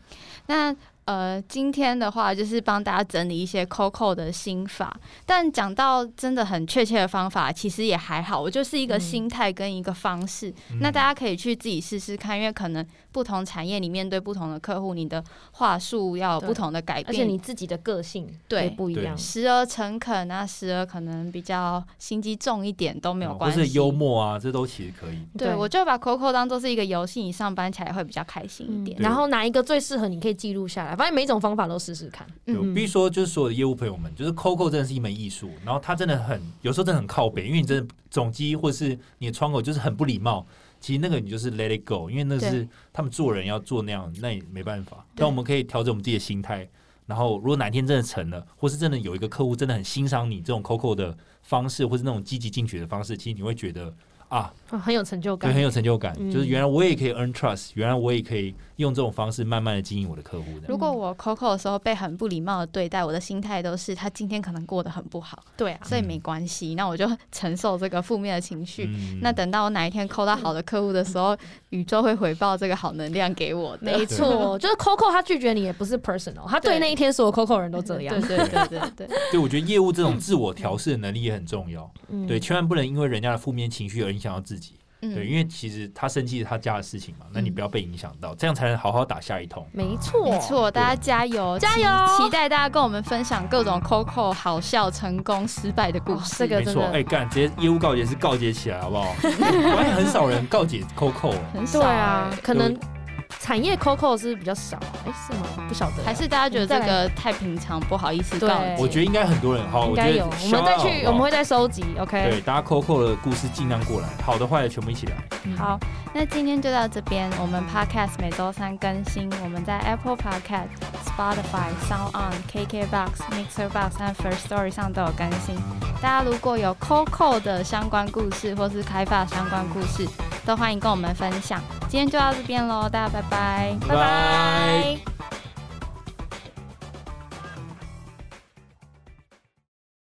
那呃，今天的话就是帮大家整理一些 Coco 的心法，但讲到真的很确切的方法，其实也还好，我就是一个嗯心态跟一个方式。嗯那大家可以去自己试试看，因为可能不同产业你面对不同的客户，你的话术要有对不同的改变，而且你自己的个性对也不一样，时而诚恳，那时而可能比较心机重一点都没有哦关或系。嗯是幽默啊，这都其实可以。对，我就把 Coco 当做是一个游戏，你上班起来会比较开心一嗯点。然后拿一个最适合你可以记录下来，反正每种方法都试试看。对，我嗯必须说，就是所有的业务朋友们，就是 COCO 真的是一门艺术，然后它真的很有时候真的很靠北，因为你真的总机或是你的窗口就是很不礼貌，其实那个你就是 let it go，因为那是对他们做人要做那样，那也没办法。但我们可以调整我们自己的心态，然后如果哪天真的成了，或是真的有一个客户真的很欣赏你这种 COCO 的方式，或是那种积极进取的方式，其实你会觉得啊，啊很有成就对，感很。有成就感，嗯就是原来我也可以 earn trust，原来我也可以用这种方式慢慢的经营我的客户的。如果我 Coco 的时候被很不礼貌的对待，我的心态都是他今天可能过得很不好，对啊，所以没关系，那我就承受这个负面的情绪。嗯那等到我哪一天抠到好的客户的时候，宇宙会回报这个好能量给我的。没错，就是 Coco 他拒绝你也不是 personal，他对对那一天所有 Coco 人都这对样。对对对对，对，我觉得业务这种自我调试的能力也很重要。嗯对，千万不能因为人家的负面情绪而影响到自己。对，嗯，因为其实他生气是他家的事情嘛，那你嗯不要被影响到，这样才能好好打下一通。没错，没，错，大家加油加期油期待大家跟我们分享各种 Coco 好笑、成功、失败的故哦事。这个没错，真的哎，干，直接业务告解是告解起来，好不好？我发现很少人告解 Coco，很少对啊欸，可能产业 Coco 是比较少啊，哎，是吗？不晓得啊，还是大家觉得这个太平常，不好意思告对诫。我觉得应该很多人好，应我觉该得有，我们再 shout out，去，我好不们好会再收集，OK？对大家 Coco 的故事尽量过来，好的坏的全部一起来。好，那今天就到这边，我们 Podcast 每周三更新，我们在 Apple Podcast、Spotify、Sound On、KKBox、Mixer Box 和 First Story 上都有更新。大家如果有 Coco 的相关故事或是开发相关故事，都欢迎跟我们分享。今天就到这边喽，大家拜拜。拜拜。